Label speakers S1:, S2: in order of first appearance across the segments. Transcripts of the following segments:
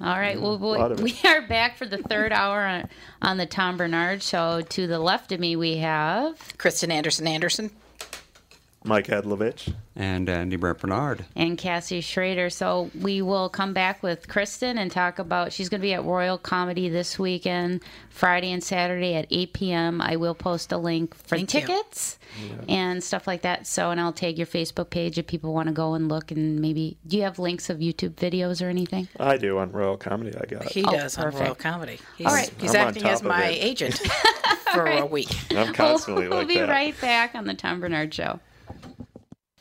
S1: All right. Well,
S2: lot of
S1: we,
S2: it.
S1: we are back for the third hour on, on the Tom Bernard show. To the left of me, we have
S3: Kristen Anderson Anderson.
S2: Mike Adlovich.
S4: and Andy Brett Bernard.
S1: and Cassie Schrader. So we will come back with Kristen and talk about. She's going to be at Royal Comedy this weekend, Friday and Saturday at 8 p.m. I will post a link for
S3: Thank you.
S1: tickets and stuff like that. So, and I'll tag your Facebook page if people want to go and look and maybe. Do you have links of YouTube videos or anything?
S2: I do on Royal Comedy. I got.
S3: He does on Royal
S1: perfect.
S3: Comedy. He's,
S1: All right.
S3: he's
S2: Uh, oh, I'm on
S3: acting
S2: top
S3: as
S2: of
S3: my
S2: it.
S3: agent for a week.
S2: I'm constantly
S1: we'll
S2: like
S1: be
S2: that.
S1: right back on the Tom Bernard show.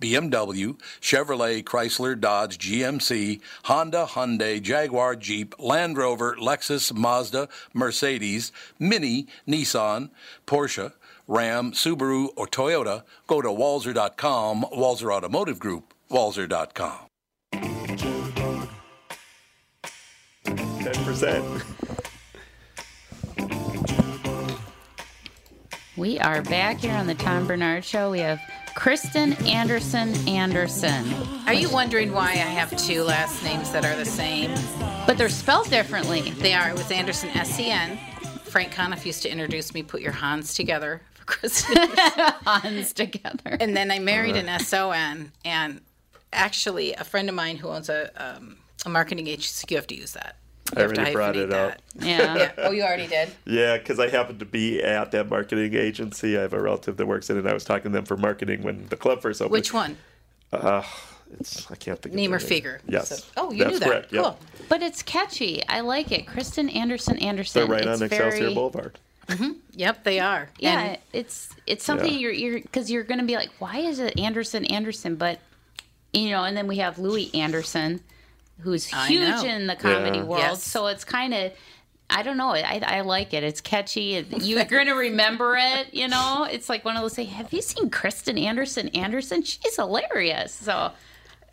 S5: BMW, Chevrolet, Chrysler, Dodge, GMC, Honda, Hyundai, Jaguar, Jeep, Land Rover, Lexus, Mazda, Mercedes, Mini, Nissan, Porsche, Ram, Subaru, or Toyota, go to Walzer.com, Walzer Automotive Group, Walzer.com.
S2: Ten percent.
S1: We are back here on the Tom Bernard show. We have Kristen Anderson Anderson.
S3: Are you wondering why I have two last names that are the same?
S1: But they're spelled differently.
S3: They are. It was Anderson S E N. Frank Conniff used to introduce me, put your Hans together for Kristen.
S1: Puns together.
S3: and then I married an SON. And actually, a friend of mine who owns a, um, a marketing agency, you have to use that. You
S2: I
S3: have to
S2: already brought
S3: hyphenate
S2: it
S3: that.
S2: up.
S1: Yeah.
S3: Yeah. Oh, you already did?
S2: Yeah, because I happened to be at that marketing agency. I have a relative that works in it. I was talking to them for marketing when the club first opened.
S3: Which one?
S2: It's, I can't think. of
S3: Name
S2: their
S3: or
S2: name.
S3: figure?
S2: Yes.
S3: So- oh, you
S2: That's
S3: knew that.
S2: Correct. Yep.
S3: Cool.
S1: But it's catchy. I like it. Kristen Anderson Anderson.
S2: They're right
S1: It's
S2: on Excelsior
S1: very-
S2: Boulevard.
S3: Yep, they are.
S1: Yeah,
S3: And
S1: it's it's something
S2: Yeah.
S1: you're you're because you're gonna be like, why is it Anderson Anderson? But you know, and then we have Louis Anderson, who's
S3: I
S1: huge
S3: know.
S1: in the comedy
S2: Yeah.
S1: world.
S3: Yes.
S1: So it's kind of I don't know. I, I like it. It's catchy. It- You're going to remember it. You know, it's like one of those. Say, have you seen Kristen Anderson? Anderson, she's hilarious. So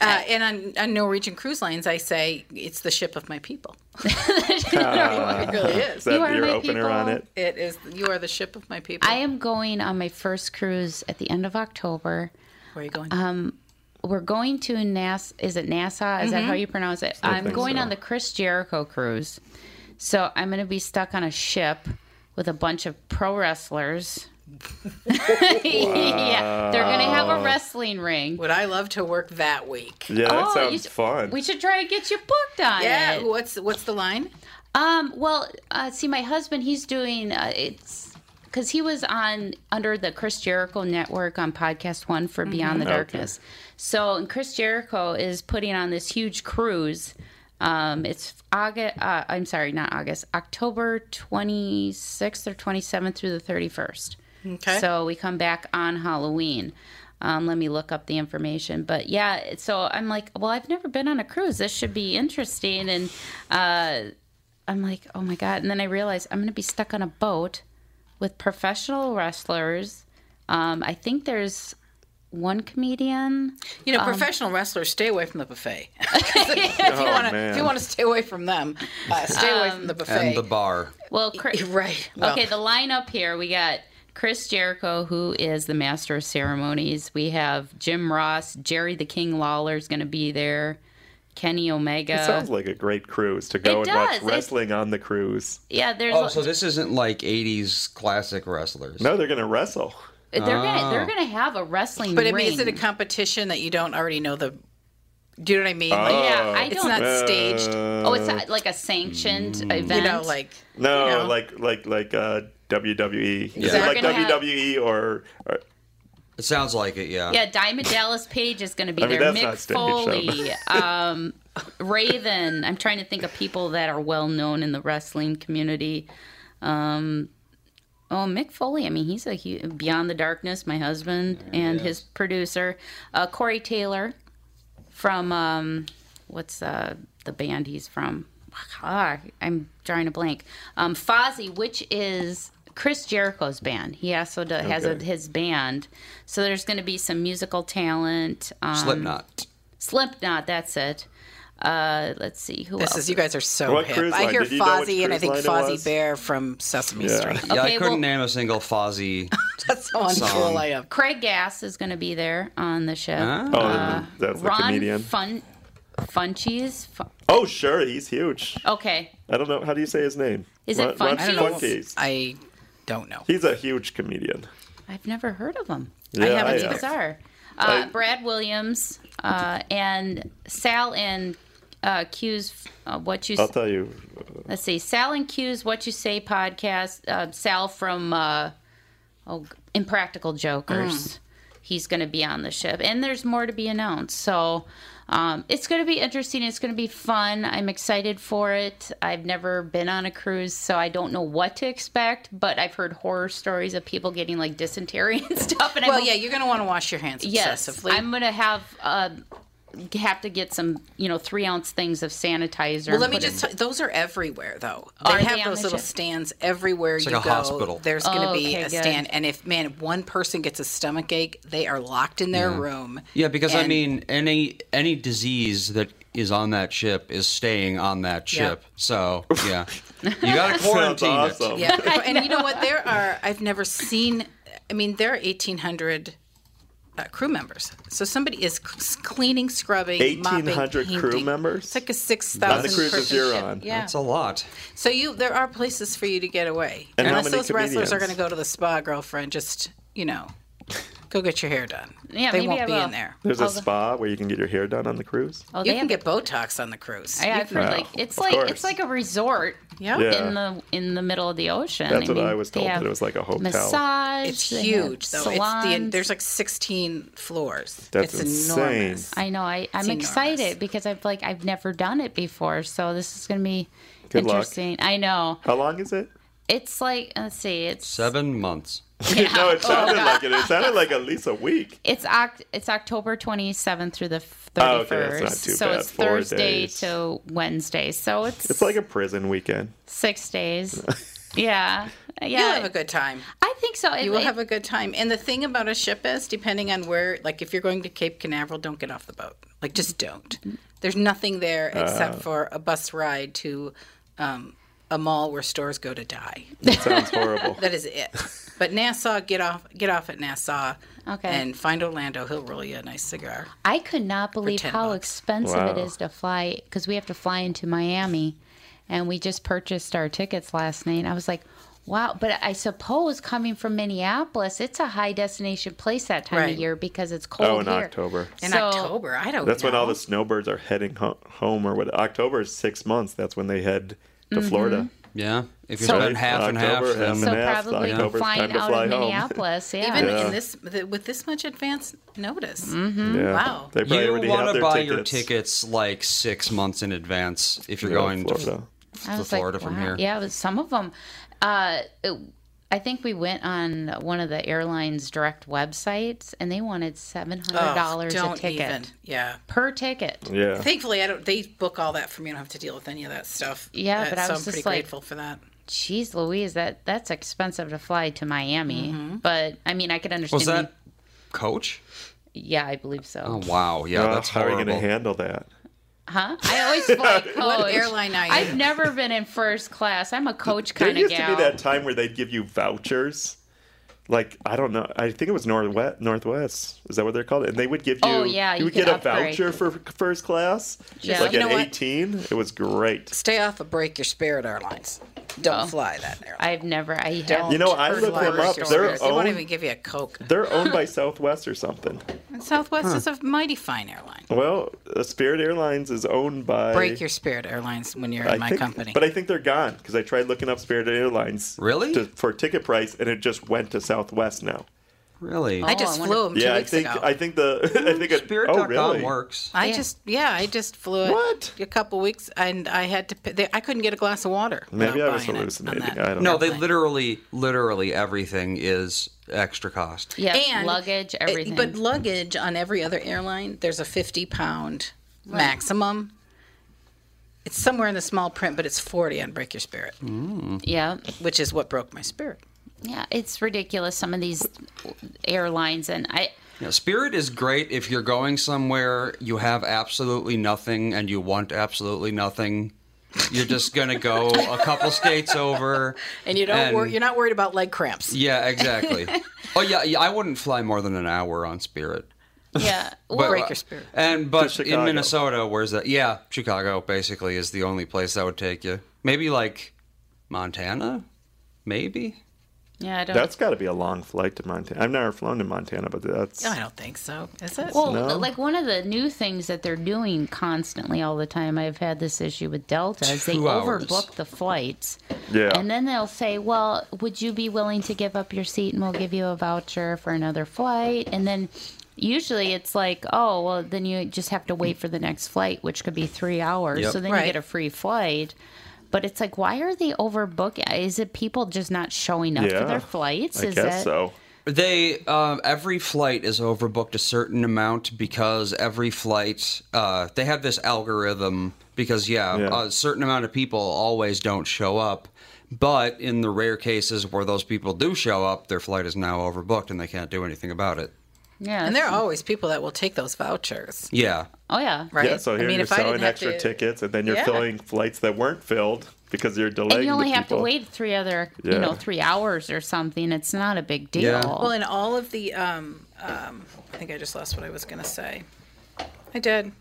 S3: Uh, and on, on Norwegian cruise lines, I say it's the ship of my people. it really
S2: Is
S3: is.
S2: that
S1: You are
S2: your
S1: my
S2: opener on
S1: people.
S2: it?
S3: It is. You are the ship of my people.
S1: I am going on my first cruise at the end of October. Um,
S3: Where are you going?
S1: We're going to Nass. Is it NASA? Is that
S3: Mm-hmm.
S1: how you pronounce it? I'm
S2: think
S1: going
S2: so.
S1: on the Chris Jericho cruise. So I'm going to be stuck on a ship with a bunch of pro wrestlers. yeah, they're going to have a wrestling ring.
S3: Would I love to work that week?
S2: Yeah, that
S1: Oh, you
S2: sounds
S1: should-
S2: fun.
S1: We should try and get you booked on
S3: Yeah.
S1: it.
S3: What's what's the line?
S1: Um. Well, uh, see, my husband, he's doing uh, it's because he was on under the Chris Jericho network on podcast one for Beyond the Darkness. So, and Chris Jericho is putting on this huge cruise. Um, it's August. Uh, I'm sorry, not August. October 26th or 27th through the 31st.
S3: Okay.
S1: So we come back on Halloween. Um, let me look up the information. But yeah, it- so I'm like, well, I've never been on a cruise. This should be interesting. And uh, I'm like, oh my God. And then I realized I'm going to be stuck on a boat with professional wrestlers. Um, I think there's one comedian.
S3: You know, professional wrestlers stay away from the buffet.
S2: oh,
S3: If
S2: man.
S3: you want to stay away from them, uh, stay away from the buffet.
S4: And the bar.
S1: Well, Chris,
S3: right. Well,
S1: Um, Okay, the lineup here we got Chris Jericho, who is the master of ceremonies. We have Jim Ross, Jerry the King Lawler is going to be there, Kenny Omega.
S2: it sounds like a great cruise to go and watch
S1: It does. It's-
S2: wrestling on the cruise.
S1: yeah, there's
S4: Oh, so this isn't like 80s classic wrestlers.
S2: No, they're going to wrestle.
S1: they're gonna they're gonna have a wrestling.
S3: But I
S1: ring.
S3: mean, is it a competition that you don't already know the? Do you know what I mean?
S1: yeah, I don't.
S3: it's not staged.
S1: oh, it's a, like a sanctioned event.
S3: You know, like
S2: No,
S3: You know?
S2: like like like uh, WWE. Is
S3: They're
S2: it like
S1: gonna have-
S2: WWE or, or
S4: It sounds like it, yeah.
S1: yeah, Diamond Dallas Page is going to be
S2: I mean,
S1: there.
S2: that's
S1: Mick
S2: not staged, though.
S1: Foley, um, Raven. I'm trying to think of people that are well known in the wrestling community. Um, oh, Mick Foley. I mean, he's a hu Beyond the Darkness. My husband and his producer, uh, Corey Taylor, from um, what's uh, the band he's from? Ah, I'm drawing a blank. Um, Fozzy, which is Chris Jericho's band. He also do, has a,
S2: Okay.
S1: his band. So there's going to be some musical talent. Um,
S4: Slipknot.
S1: Slipknot, that's it. Uh, let's see who
S3: this
S1: else.
S3: is you guys are so
S2: What
S3: hip.
S2: cruise
S3: I
S2: line?
S3: hear
S2: Did you know which
S3: Fozzie and I
S2: cruise
S3: think
S2: line it
S3: Fozzie
S2: was?
S3: Bear from Sesame Street.
S4: Yeah,
S1: Okay,
S4: I couldn't
S1: well-
S4: name a single Fozzy.
S3: That's how uncool I am.
S1: Craig Gass is going to be there on the show.
S2: oh, that's the
S1: Ron
S2: comedian.
S1: Fun Funchies. Fun-
S2: oh, sure, he's huge.
S1: okay,
S2: I don't know how do you say his name.
S1: Is it
S2: Ron,
S1: Funky? I
S2: Ron
S1: don't know.
S2: Funkies.
S3: I don't know.
S2: He's a huge comedian.
S1: I've never heard of him.
S2: Yeah,
S3: haven't
S2: am.
S3: either.
S1: Bizarre. Uh,
S2: I-
S1: Brad Williams uh, and Sal and uh, Q's uh, what you
S2: I'll tell you.
S1: let's see Sal and Q's what you say podcast. Uh, Sal from uh, oh Impractical Jokers.
S3: Mm.
S1: He's going to be on the ship, and there's more to be announced. So um, it's going to be interesting. It's going to be fun. I'm excited for it. I've never been on a cruise, so I don't know what to expect. But I've heard horror stories of people getting like dysentery and stuff. And
S3: Well,
S1: I'm
S3: yeah, you're going to want to wash your hands
S1: Yes,
S3: obsessively.
S1: I'm gonna have uh, have to get some, you know, three ounce things of sanitizer.
S3: well,
S1: and
S3: let me
S1: put it-
S3: just. T- those are everywhere, though.
S1: Are
S3: they
S1: they
S3: have
S1: on
S3: those
S1: the
S3: little
S1: ship?
S3: stands everywhere you
S4: like a
S3: go.
S4: hospital.
S3: There's going to
S1: Oh,
S3: be
S1: okay,
S3: a
S1: good.
S3: stand, and if man, if one person gets a stomach ache, they are locked in their room.
S4: Yeah, because I
S3: And-
S4: mean, any any disease that is on that ship is staying on that ship. So yeah, you got to
S2: Sounds
S4: quarantine
S2: awesome.
S4: it.
S3: Yeah, and you know what? There are. I've never seen. I mean, there are eighteen hundred uh, crew members. So somebody is c- cleaning, scrubbing, mopping,
S2: 1,800 crew
S3: painting.
S2: members?
S3: It's like a six
S2: On the
S3: thousand
S2: cruises you're on.
S3: Yeah.
S4: That's a lot.
S3: So you, there are places for you to get away.
S2: And how
S3: Unless
S2: many
S3: those wrestlers are
S2: comedians?
S3: going to go to the spa, girlfriend. Just you know, go get your hair done.
S1: Yeah,
S3: they
S1: maybe
S3: won't
S1: I
S3: be
S1: will.
S3: in there.
S2: There's a spa where you can get your hair done on the cruise.
S1: Oh,
S3: you
S1: they
S3: can get
S1: have-
S3: Botox on the cruise.
S1: Yeah, I've heard
S2: Wow.
S1: like it's
S2: Of
S1: like
S2: course.
S1: it's like a resort.
S3: Yeah.
S2: Yeah.
S1: In the in the middle of the ocean.
S2: That's what
S1: mean,
S2: I was
S1: they
S2: told,
S1: have
S2: that it was like a hotel.
S1: Massage.
S3: It's
S1: they have
S3: huge, though. It's the,
S1: salons.
S3: there's like 16 floors.
S2: That's
S3: it's
S2: insane.
S3: enormous.
S1: I know. I I'm
S3: enormous.
S1: excited because I've like I've never done it before, so this is gonna be
S2: Good luck.
S1: interesting. I know.
S2: How long is it?
S1: It's like let's see, it's
S4: Seven months.
S2: no, it sounded like it. It sounded like at least a week.
S1: It's oct- it's October 27th through the 31st.
S2: Oh, okay, that's not too
S1: so
S2: bad.
S1: it's
S2: Four
S1: Thursday
S2: days.
S1: to Wednesday. So it's
S2: It's like a prison weekend.
S1: 6 days. yeah.
S3: You'll
S1: Yeah.
S3: have a good time.
S1: I think so. It-
S3: You will
S1: it-
S3: have a good time. And the thing about a ship is, depending on where, like if you're going to Cape Canaveral, don't get off the boat. Like just don't. There's nothing there
S1: Uh-huh.
S3: except for a bus ride to um, a mall where stores go to die.
S2: It sounds horrible.
S3: That is it. But Nassau, get off, get off at Nassau,
S1: Okay.
S3: and find Orlando. He'll roll you a nice cigar.
S1: I could not believe
S3: 10
S1: how
S3: bucks.
S1: expensive it
S2: Wow.
S1: is to fly because we have to fly into Miami, and we just purchased our tickets last night. I was like, "Wow!" But I suppose coming from Minneapolis, it's a high destination place that time
S3: Right.
S1: of year because it's cold.
S2: Oh, in
S1: here.
S2: October.
S3: In
S1: So-
S3: October, I don't.
S2: That's
S3: know.
S2: when all the snowbirds are heading ho- home, or what? October is six months. That's when they head to Florida.
S4: Yeah. If you
S2: So-
S4: spend half and half,
S2: October,
S4: then
S2: half
S1: So
S2: and half.
S1: probably
S2: October's time
S1: flying
S2: to
S1: out
S2: fly
S1: of
S2: home.
S1: Minneapolis, yeah.
S3: even
S2: Yeah.
S3: in this th- with this much advance notice.
S1: Mm-hmm.
S2: Yeah.
S3: Wow.
S2: They probably
S4: you
S2: already
S4: want
S2: have
S4: to
S2: their
S4: buy
S2: tickets.
S4: your tickets like six months in advance if you're
S2: Yeah,
S4: going to
S2: Florida.
S1: I
S4: to
S1: was like,
S4: Florida from
S1: wow.
S4: here.
S1: Yeah, it was some of them. Uh, it- I think we went on one of the airlines' direct websites, and they wanted seven hundred dollars a
S3: Oh, Don't
S1: ticket
S3: even. Yeah.
S1: per ticket.
S2: Yeah.
S3: Thankfully, I don't. They book all that for me. I don't have to deal with any of that stuff.
S1: Yeah,
S3: Uh,
S1: but I
S3: so
S1: was
S3: I'm
S1: just
S3: pretty
S1: like-
S3: grateful for that.
S1: Jeez Louise, that that's expensive to fly to Miami.
S3: Mm-hmm.
S1: But I mean, I could understand.
S4: Was that coach?
S1: you- Yeah, I believe so.
S4: Oh wow, yeah,
S2: Uh,
S4: that's
S2: how are you
S4: horrible.
S2: going to handle that?
S1: Huh? I always fly coach.
S3: What airline are you?
S1: I've never been in first class. I'm a coach
S2: There
S1: kind of
S2: used
S1: gal.
S2: to be that time where they'd give you vouchers. Like I don't know, I think it was Northwest. Northwest is that what they're called? And they would give you.
S1: Oh, yeah,
S2: you,
S1: you
S2: would
S1: could
S2: get a
S1: upgrade.
S2: voucher for first class.
S1: Yeah.
S2: Like
S3: You
S2: at
S3: know what?
S2: eighteen, it was great.
S3: Stay off of break your spirit airlines. Don't fly that airline.
S1: I've never. I have.
S2: You know, I
S3: Heard
S2: looked them
S3: horror
S2: up.
S3: stories.
S2: They're
S3: They won't
S2: owned,
S3: even give you a Coke.
S2: they're owned by Southwest or something.
S3: And Southwest is a mighty fine airline.
S2: Well, uh, Spirit Airlines is owned by.
S3: Break your spirit airlines when you're in
S2: I
S3: my
S2: think,
S3: company.
S2: But I think they're gone because I tried looking up Spirit Airlines.
S4: Really?
S2: To, for ticket price, and it just went to Southwest now.
S4: Really?
S3: I just
S1: Oh, I
S3: flew them two
S2: yeah, I
S3: weeks
S2: think
S3: ago.
S2: I think the I think it, oh
S4: Spirit.com
S2: really?
S4: works.
S3: I just yeah, I just flew it
S2: What?
S3: a couple weeks, and I had to. p- They, I couldn't get a glass of water.
S2: Maybe
S3: without
S2: I was
S3: buying it on
S2: hallucinating.
S3: that.
S2: I don't
S4: No,
S2: know.
S4: they literally, literally everything is extra cost.
S1: Yeah,
S3: and
S1: luggage,
S3: it-
S1: everything.
S3: but luggage on every other airline, there's a 50 pound maximum. It's somewhere in the small print, but it's 40 on Break Your Spirit,
S1: yeah,
S3: which is what broke my spirit.
S1: yeah, it's ridiculous. Some of these airlines, and I.
S4: Yeah, Spirit is great if you're going somewhere you have absolutely nothing and you want absolutely nothing. You're just gonna go a couple states over.
S3: And you don't wor- you're not worried about leg cramps.
S4: Yeah, exactly. oh yeah, yeah, I wouldn't fly more than an hour on Spirit.
S1: Yeah,
S4: But- uh,
S1: well,
S3: Break your spirit.
S4: And but in
S2: Chicago.
S4: Minnesota, where's that? Yeah, Chicago basically is the only place that would take you. Maybe like Montana, maybe.
S1: yeah, I don't.
S2: That's got to be a long flight to Montana. I've never flown to Montana, but that's
S3: No, I don't think so. Is it?
S1: Well, like one of the new things that they're doing constantly all the time, I've had this issue with Delta, is they
S4: Two hours.
S1: overbook the flights.
S2: Yeah.
S1: And then they'll say, well, would you be willing to give up your seat and we'll give you a voucher for another flight? And then usually it's like, oh, well, then you just have to wait for the next flight, which could be three hours.
S4: Yep.
S1: So then
S3: Right.
S1: you get a free flight. But it's like, why are they overbooking? Is it people just not showing up
S2: Yeah.
S1: for their flights?
S2: I
S1: is
S2: guess
S1: it?
S2: so.
S4: They um, every flight is overbooked a certain amount because every flight uh, they have this algorithm because yeah,
S2: Yeah.
S4: a certain amount of people always don't show up. But in the rare cases where those people do show up, their flight is now overbooked and they can't do anything about it.
S1: Yeah.
S3: and there are always people that will take those vouchers,
S4: Yeah.
S1: oh, yeah.
S3: right?
S2: Yeah, so here you're
S3: if I didn't
S2: selling
S3: have
S2: extra
S3: to-
S2: tickets, and then you're
S3: Yeah.
S2: filling flights that weren't filled because you're delaying.
S1: and you only
S2: the
S1: have to
S2: people.
S1: wait three other
S2: Yeah.
S1: you know three hours or something it's not a big deal
S4: Yeah.
S3: Well, in all of the, um, um, I think I just lost what I was going to say. I did.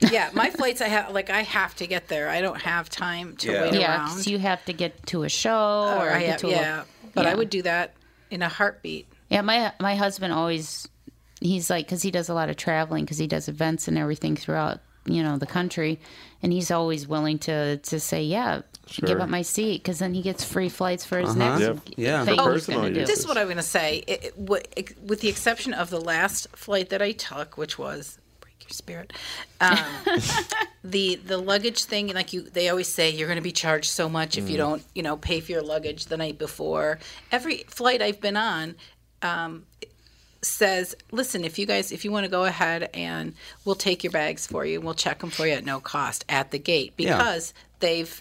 S3: Yeah, my flights. I have like I have to get there. I don't have time to
S4: Yeah.
S3: wait
S1: yeah
S3: around.
S1: 'cause you have to get to a show
S3: Or
S1: or
S3: I
S1: get
S3: have-
S1: to a
S3: yeah, but I
S1: yeah.
S3: would do that in a heartbeat.
S1: yeah my my husband always he's like because he does a lot of traveling because he does events and everything throughout you know the country and he's always willing to to say yeah give
S2: Sure. Uh-huh.
S1: up my seat because then he gets free flights for his next
S2: Yep.
S4: Yeah.
S1: thing
S2: For
S1: he's
S2: personal
S1: gonna do.
S2: use.
S3: This is what I'm going to say. It, it, what, ex- with the exception of the last flight that I took, which was break your spirit. Um, the the luggage thing, like you, they always say you're going to be charged so much if you don't, you know, pay for your luggage the night before. Every flight I've been on, um, says, listen, if you guys, if you want to go ahead and we'll take your bags for you and we'll check them for you at no cost at the gate because they've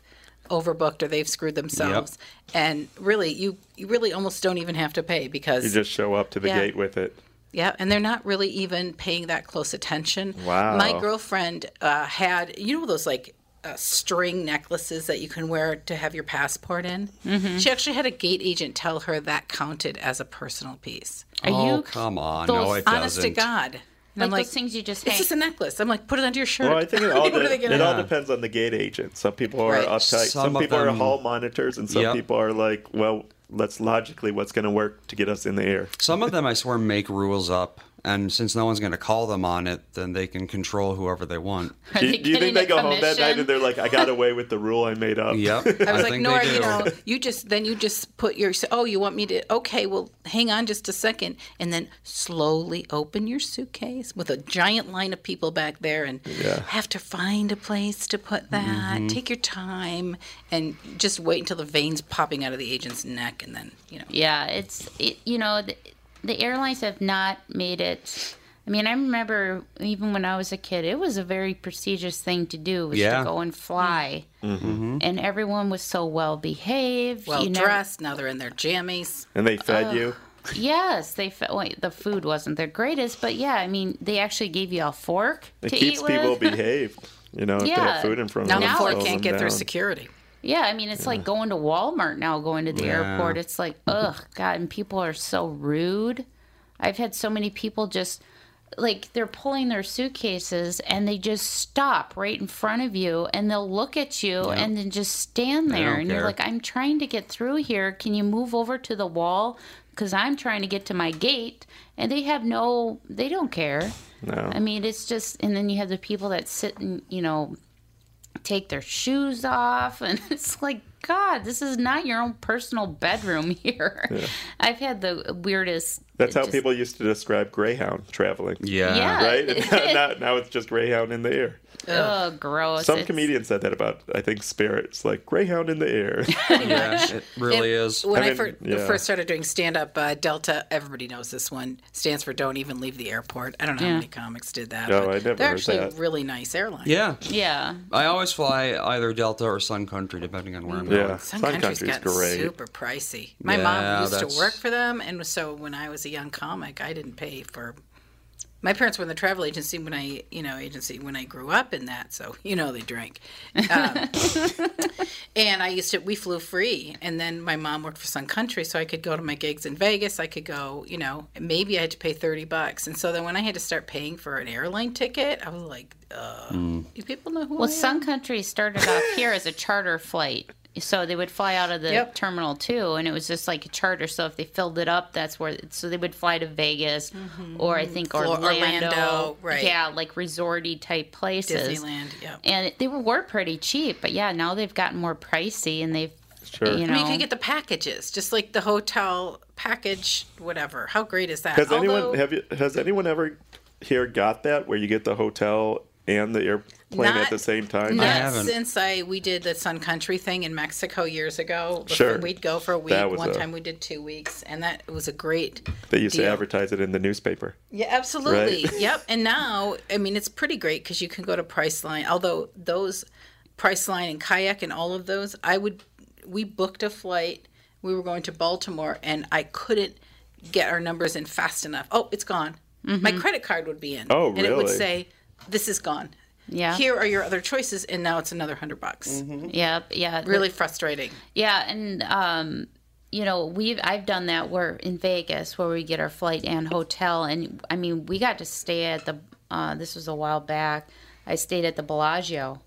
S3: overbooked or they've screwed themselves. And really, you, you really almost don't even have to pay because,
S2: You just show up to the
S3: Yeah.
S2: gate with it.
S3: yeah, and they're not really even paying that close attention.
S2: Wow.
S3: My girlfriend uh, had, you know, those like, uh, string necklaces that you can wear to have your passport in.
S2: Mm-hmm.
S3: She actually had a gate agent tell her that counted as a personal piece.
S1: Are
S4: oh,
S1: you
S4: come on. no,
S1: those-
S4: it
S3: Honest
S4: doesn't.
S3: to God. And
S1: like
S3: I'm
S1: those things you just
S3: it's
S1: hang?
S3: just a necklace. I'm like, put it under your shirt.
S2: Well, I think it all,
S3: What are they
S2: de-
S3: gonna
S2: it all
S4: do?
S2: depends on the gate agent. Some people are
S3: Right.
S2: uptight.
S4: Some
S2: Some,
S4: of
S2: people are
S4: them-
S2: hall monitors, and some
S4: Yep.
S2: people are like, well, let's logically what's going to work to get us in the air.
S4: Some of them, I swear, make rules up, and since no one's going to call them on it, then they can control whoever they want.
S1: Are
S2: Do you, do you
S1: getting
S2: think they
S1: a
S2: go home that night
S1: commission?
S2: and they're like, I got away with the rule I made up?
S4: Yep.
S3: I was like,
S4: think
S3: Nora,
S4: they do.
S3: you know, you just then you just put your oh, you want me to okay, well, hang on just a second, and then slowly open your suitcase with a giant line of people back there, and have to find a place to put that. Take your time and just wait until the veins popping out of the agent's neck, and then you know,
S1: Yeah, it's it, you know the, the airlines have not made it. I mean, I remember even when I was a kid, it was a very prestigious thing to do was
S4: Yeah.
S1: to go and fly, mm-hmm. and everyone was so well behaved,
S3: well
S1: you never-
S3: dressed. Now they're in their jammies.
S2: And they fed you.
S1: Yes, they fe- wait, the food wasn't their greatest, but yeah, I mean, they actually gave you a fork
S2: It
S1: to
S2: keeps
S1: eat
S2: people
S1: with.
S2: behaved. You know, if they
S1: Yeah.
S2: have food in front
S3: Now
S2: of them.
S3: the
S1: Now
S3: floor
S1: it's-
S2: slows
S3: can't
S2: them
S3: get through
S2: down.
S3: security.
S1: Yeah, I mean, it's like going to Walmart now, going to the airport. It's like, ugh, God, and people are so rude. I've had so many people just like they're pulling their suitcases and they just stop right in front of you and they'll look at you and then just stand there
S4: don't
S1: and you're
S4: care.
S1: like I'm trying to get through here can you move over to the wall cuz I'm trying to get to my gate and they have no they don't care
S2: No.
S1: I mean it's just and then you have the people that sit and you know take their shoes off and it's like god this is not your own personal bedroom here i've had the weirdest
S2: That's how
S1: just-
S2: people used to describe Greyhound traveling.
S4: Yeah.
S1: Yeah.
S2: Right? And now, now, now it's just Greyhound in the air.
S1: ugh gross
S2: Some
S1: It's-
S2: comedian said that about, I think, spirits, like Greyhound in the air.
S4: Yeah, it really is.
S3: When
S2: I
S3: I,
S2: mean,
S3: fir-
S2: yeah.
S3: first started doing stand up, uh, Delta, everybody knows this one, stands for Don't Even Leave the Airport. I don't know how
S1: Yeah.
S3: many comics did that.
S2: No,
S3: but
S2: I never
S3: They're
S2: heard
S3: actually
S2: that.
S3: a really nice airline.
S4: Yeah,
S1: yeah
S4: I always fly either Delta or Sun Country, depending on where I'm
S2: yeah.
S4: going.
S3: Some,
S2: Sun
S3: countries
S2: Country's
S3: got
S2: great.
S3: super pricey. My
S4: Yeah,
S3: mom used
S4: that's-
S3: to work for them, and so when I was a young comic, I didn't pay for. My parents were in the travel agency when I, you know, agency when I grew up in that, so you know they drank. Um, and I used to we flew free, and then my mom worked for Sun Country, so I could go to my gigs in Vegas. I could go, you know, maybe I had to pay thirty bucks, and so then when I had to start paying for an airline ticket, I was like, uh,
S4: Mm.
S3: "Do people know who?"
S1: well
S3: I am?
S1: sun country started off here as a charter flight so they would fly out of the
S3: Yep.
S1: terminal 2 and it was just like a charter so if they filled it up that's where so they would fly to vegas or i think
S3: Flo-
S1: orlando,
S3: Mm-hmm. Orlando, right.
S1: yeah like resorty type places
S3: Disneyland, yeah.
S1: and they were, were pretty cheap but yeah now they've gotten more pricey and they've
S2: Sure.
S1: you
S3: I
S1: know
S3: mean, you could get the packages, just like the hotel package, whatever. How great is that?
S2: Has anyone
S3: Although,
S2: have you, has anyone ever here got that where you get the hotel and the airplane
S3: Not-
S2: at the same time?
S3: not
S4: haven't.
S3: since I we did the Sun Country thing in Mexico years ago. The-
S2: Sure.
S3: we'd go for a week.
S2: That was
S3: One
S2: a-
S3: time we did two weeks, and that was a great.
S2: They used
S3: deal.
S2: to advertise it in the newspaper.
S3: Yeah, absolutely.
S2: Right.
S3: Yep. And now, I mean, it's pretty great because you can go to Priceline. Although those Priceline and Kayak and all of those, I would. We booked a flight. We were going to Baltimore, and I couldn't get our numbers in fast enough. Oh, it's gone. My credit card would be in.
S2: Mm-hmm. Oh,
S3: And it would
S2: really?
S3: say, "This is gone."
S1: Yeah.
S3: Here are your other choices, and now it's another hundred bucks.
S2: Mm-hmm.
S1: Yep. Yeah.
S3: Really frustrating.
S1: Yeah. And um, you know, we've I've done that. We're in Vegas where we get our flight and hotel, and I mean, we got to stay at the. Uh, this was a while back. I stayed at the Bellagio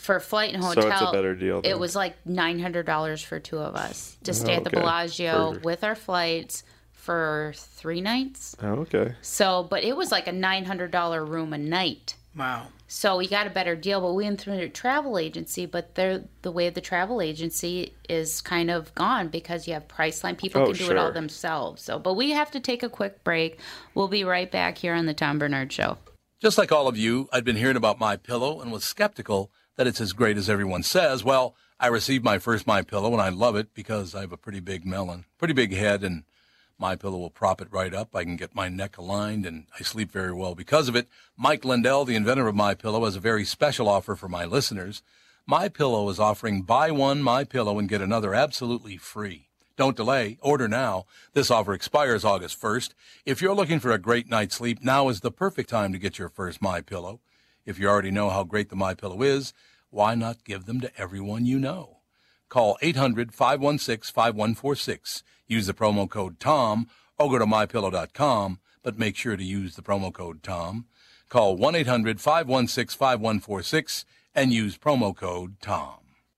S1: for a flight and
S2: it's a
S1: hotel.
S2: better deal
S1: It
S2: then.
S1: was like nine hundred dollars for two of us to stay at the
S2: Okay.
S1: Bellagio
S2: Perfect.
S1: with our flights for three nights.
S2: Oh, okay.
S1: So, but it was like a nine hundred dollar room a night.
S3: Wow.
S1: So we got a better deal, but we went through a travel agency. But they're, the way of the travel agency is kind of gone because you have Priceline. People
S2: Oh,
S1: can do it all
S2: sure.
S1: themselves. So, but we have to take a quick break. We'll be right back here on the Tom Bernard Show.
S5: Just like all of you, I'd been hearing about My Pillow and was skeptical that it's as great as everyone says. Well, I received my first My Pillow and I love it because I have a pretty big melon, pretty big head, and My Pillow will prop it right up. I can get my neck aligned, and I sleep very well because of it. Mike Lindell, the inventor of My Pillow, has a very special offer for my listeners. My Pillow is offering buy one My Pillow and get another absolutely free. Don't delay. Order now. This offer expires August 1st. If you're looking for a great night's sleep, now is the perfect time to get your first My Pillow. If you already know how great the My Pillow is, why not give them to everyone you know? Call 800-516-5146. Use the promo code TOM or go to mypillow.com, but make sure to use the promo code TOM. Call 1-800-516-5146 and use promo code TOM.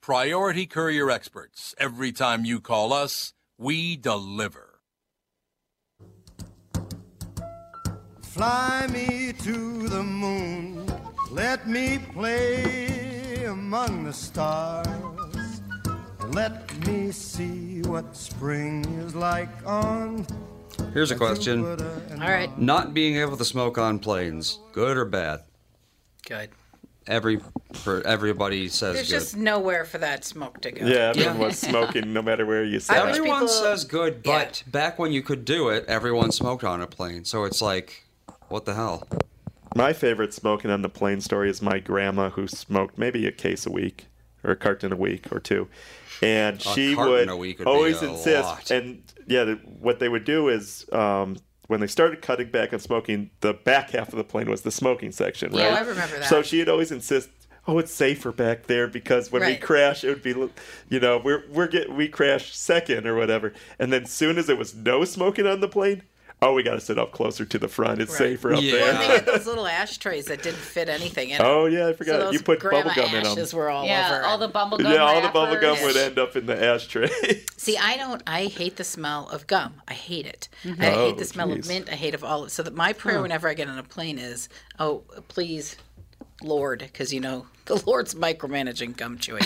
S5: Priority Courier Experts. Every time you call us, we deliver.
S6: Fly me to the moon. Let me play among the stars. Let me see what spring is like on.
S4: Here's a question:
S2: Mm-hmm.
S3: All right.
S4: Not being able to smoke on planes, good or bad?
S3: Good.
S4: Every for everybody says
S3: There's
S4: good.
S3: just nowhere for that smoke to go.
S2: Yeah, everyone's smoking no matter where you
S3: I
S2: sit.
S3: was-
S4: Everyone
S3: people-
S4: says good, but back when you could do it, everyone smoked on a plane. So it's like, what the hell?
S2: My favorite smoking on the plane story is my grandma who smoked maybe a case a week or a carton a week or two. And she
S4: carton
S2: would
S4: a week would be
S2: always
S4: a
S2: insist.
S4: lot.
S2: And yeah, the, what they would do is um, when they started cutting back on smoking, the back half of the plane was the smoking section, right?
S3: Yeah, I remember that.
S2: So she'd always insist. Oh, it's safer back there because when we
S3: Right.
S2: crash, it would be, you know, we're we're getting we crash second or whatever. And then soon as there was no smoking on the plane, oh, we got to sit up closer to the front. It's
S3: Right.
S2: safer up
S4: Yeah.
S2: there.
S3: Well, they had those little ashtrays that didn't fit anything in. it.
S2: Oh yeah, I
S3: So
S2: forgot.
S3: those
S2: you put
S3: grandma
S2: bubble gum in
S3: ashes
S2: them.
S3: were all
S1: yeah,
S3: over.
S1: all the bubble gum.
S2: yeah, all the bubble
S1: wrappers.
S2: gum would end up in the ashtray.
S3: See, I don't. I hate the smell of gum. I hate it. I
S2: Oh,
S3: hate the smell
S2: geez.
S3: of mint. I hate of all. So that my prayer whenever I get on a plane is, oh please, Lord, because you know the Lord's micromanaging gum chewing.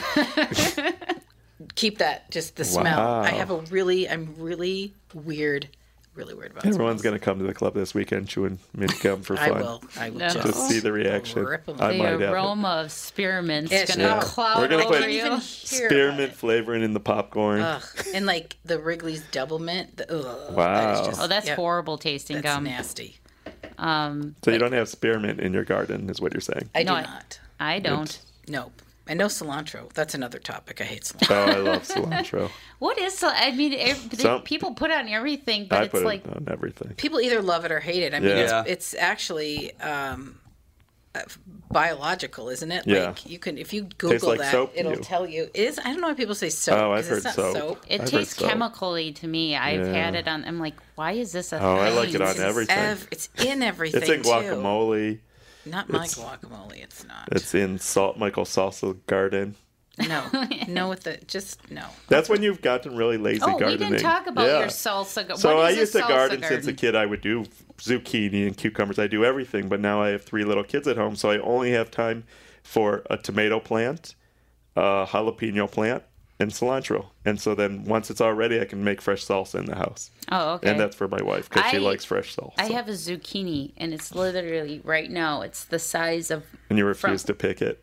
S3: Keep that just the smell. I have a really. I'm really weird. Really weird about. smells.
S2: Everyone's gonna come to the club this weekend chewing mint gum for
S3: I
S2: fun.
S3: will. I will just.
S2: Just see the reaction.
S3: Rip 'em.
S2: I
S3: They
S2: might have
S1: The
S2: it.
S1: aroma of spearmint's
S3: It's
S1: gonna
S3: not-
S1: cloud
S2: We're gonna
S1: over
S2: put-
S1: you.
S3: Even hear about
S2: Spearmint
S3: it.
S2: flavoring in the popcorn.
S3: Ugh. And like the Wrigley's double mint. The, ugh, That
S2: Wow.
S3: is just,
S1: Oh, that's
S3: yeah,
S1: horrible tasting
S3: That's
S1: gum. Um,
S3: nasty.
S2: so you don't have spearmint in your garden, is what you're saying?
S3: I
S1: No, I-
S3: do not.
S1: I don't.
S3: Nope. And no cilantro. That's another topic. I hate cilantro.
S2: oh, I love cilantro.
S1: What is? cil- I mean, ev- they-
S2: Some-
S1: people put on everything, but
S2: I
S1: it's
S2: put
S1: like
S2: it on everything.
S3: People either love it or hate it. I mean,
S2: Yeah.
S3: it's, it's actually um, uh, biological, isn't it?
S2: Yeah.
S3: Like you can, if you Google
S2: like
S3: that,
S2: soap to
S3: it'll
S2: you.
S3: tell you. It is. I don't know why people say soap.
S2: Oh, I've
S3: 'cause it's
S2: heard
S3: not
S2: soap.
S1: it
S2: I've heard
S1: tastes
S2: so.
S1: chemically to me. I've had it on. I'm like, why is this a
S2: Oh, I
S1: thing?
S2: like it on everything.
S3: Ev- it's in everything.
S2: It's in
S3: too.
S2: guacamole.
S3: Not my guacamole. It's not.
S2: It's in salt Michael salsa garden.
S3: no. No, with the just no.
S2: That's when you've gotten really lazy
S1: Oh, we
S2: gardening.
S1: didn't talk about
S2: Yeah.
S1: your salsa. gar-
S2: So
S1: what
S2: I
S1: is a
S2: used to
S1: salsa
S2: garden, since a kid. I would do zucchini and cucumbers. I do everything, but now I have three little kids at home, so I only have time for a tomato plant, a jalapeno plant, and cilantro. And so then once it's all ready, I can make fresh salsa in the house.
S1: Oh, okay.
S2: And that's for my wife because she
S1: I-
S2: likes fresh salsa.
S1: I have a zucchini, and it's literally right now. It's the size of
S2: and you refuse to pick it.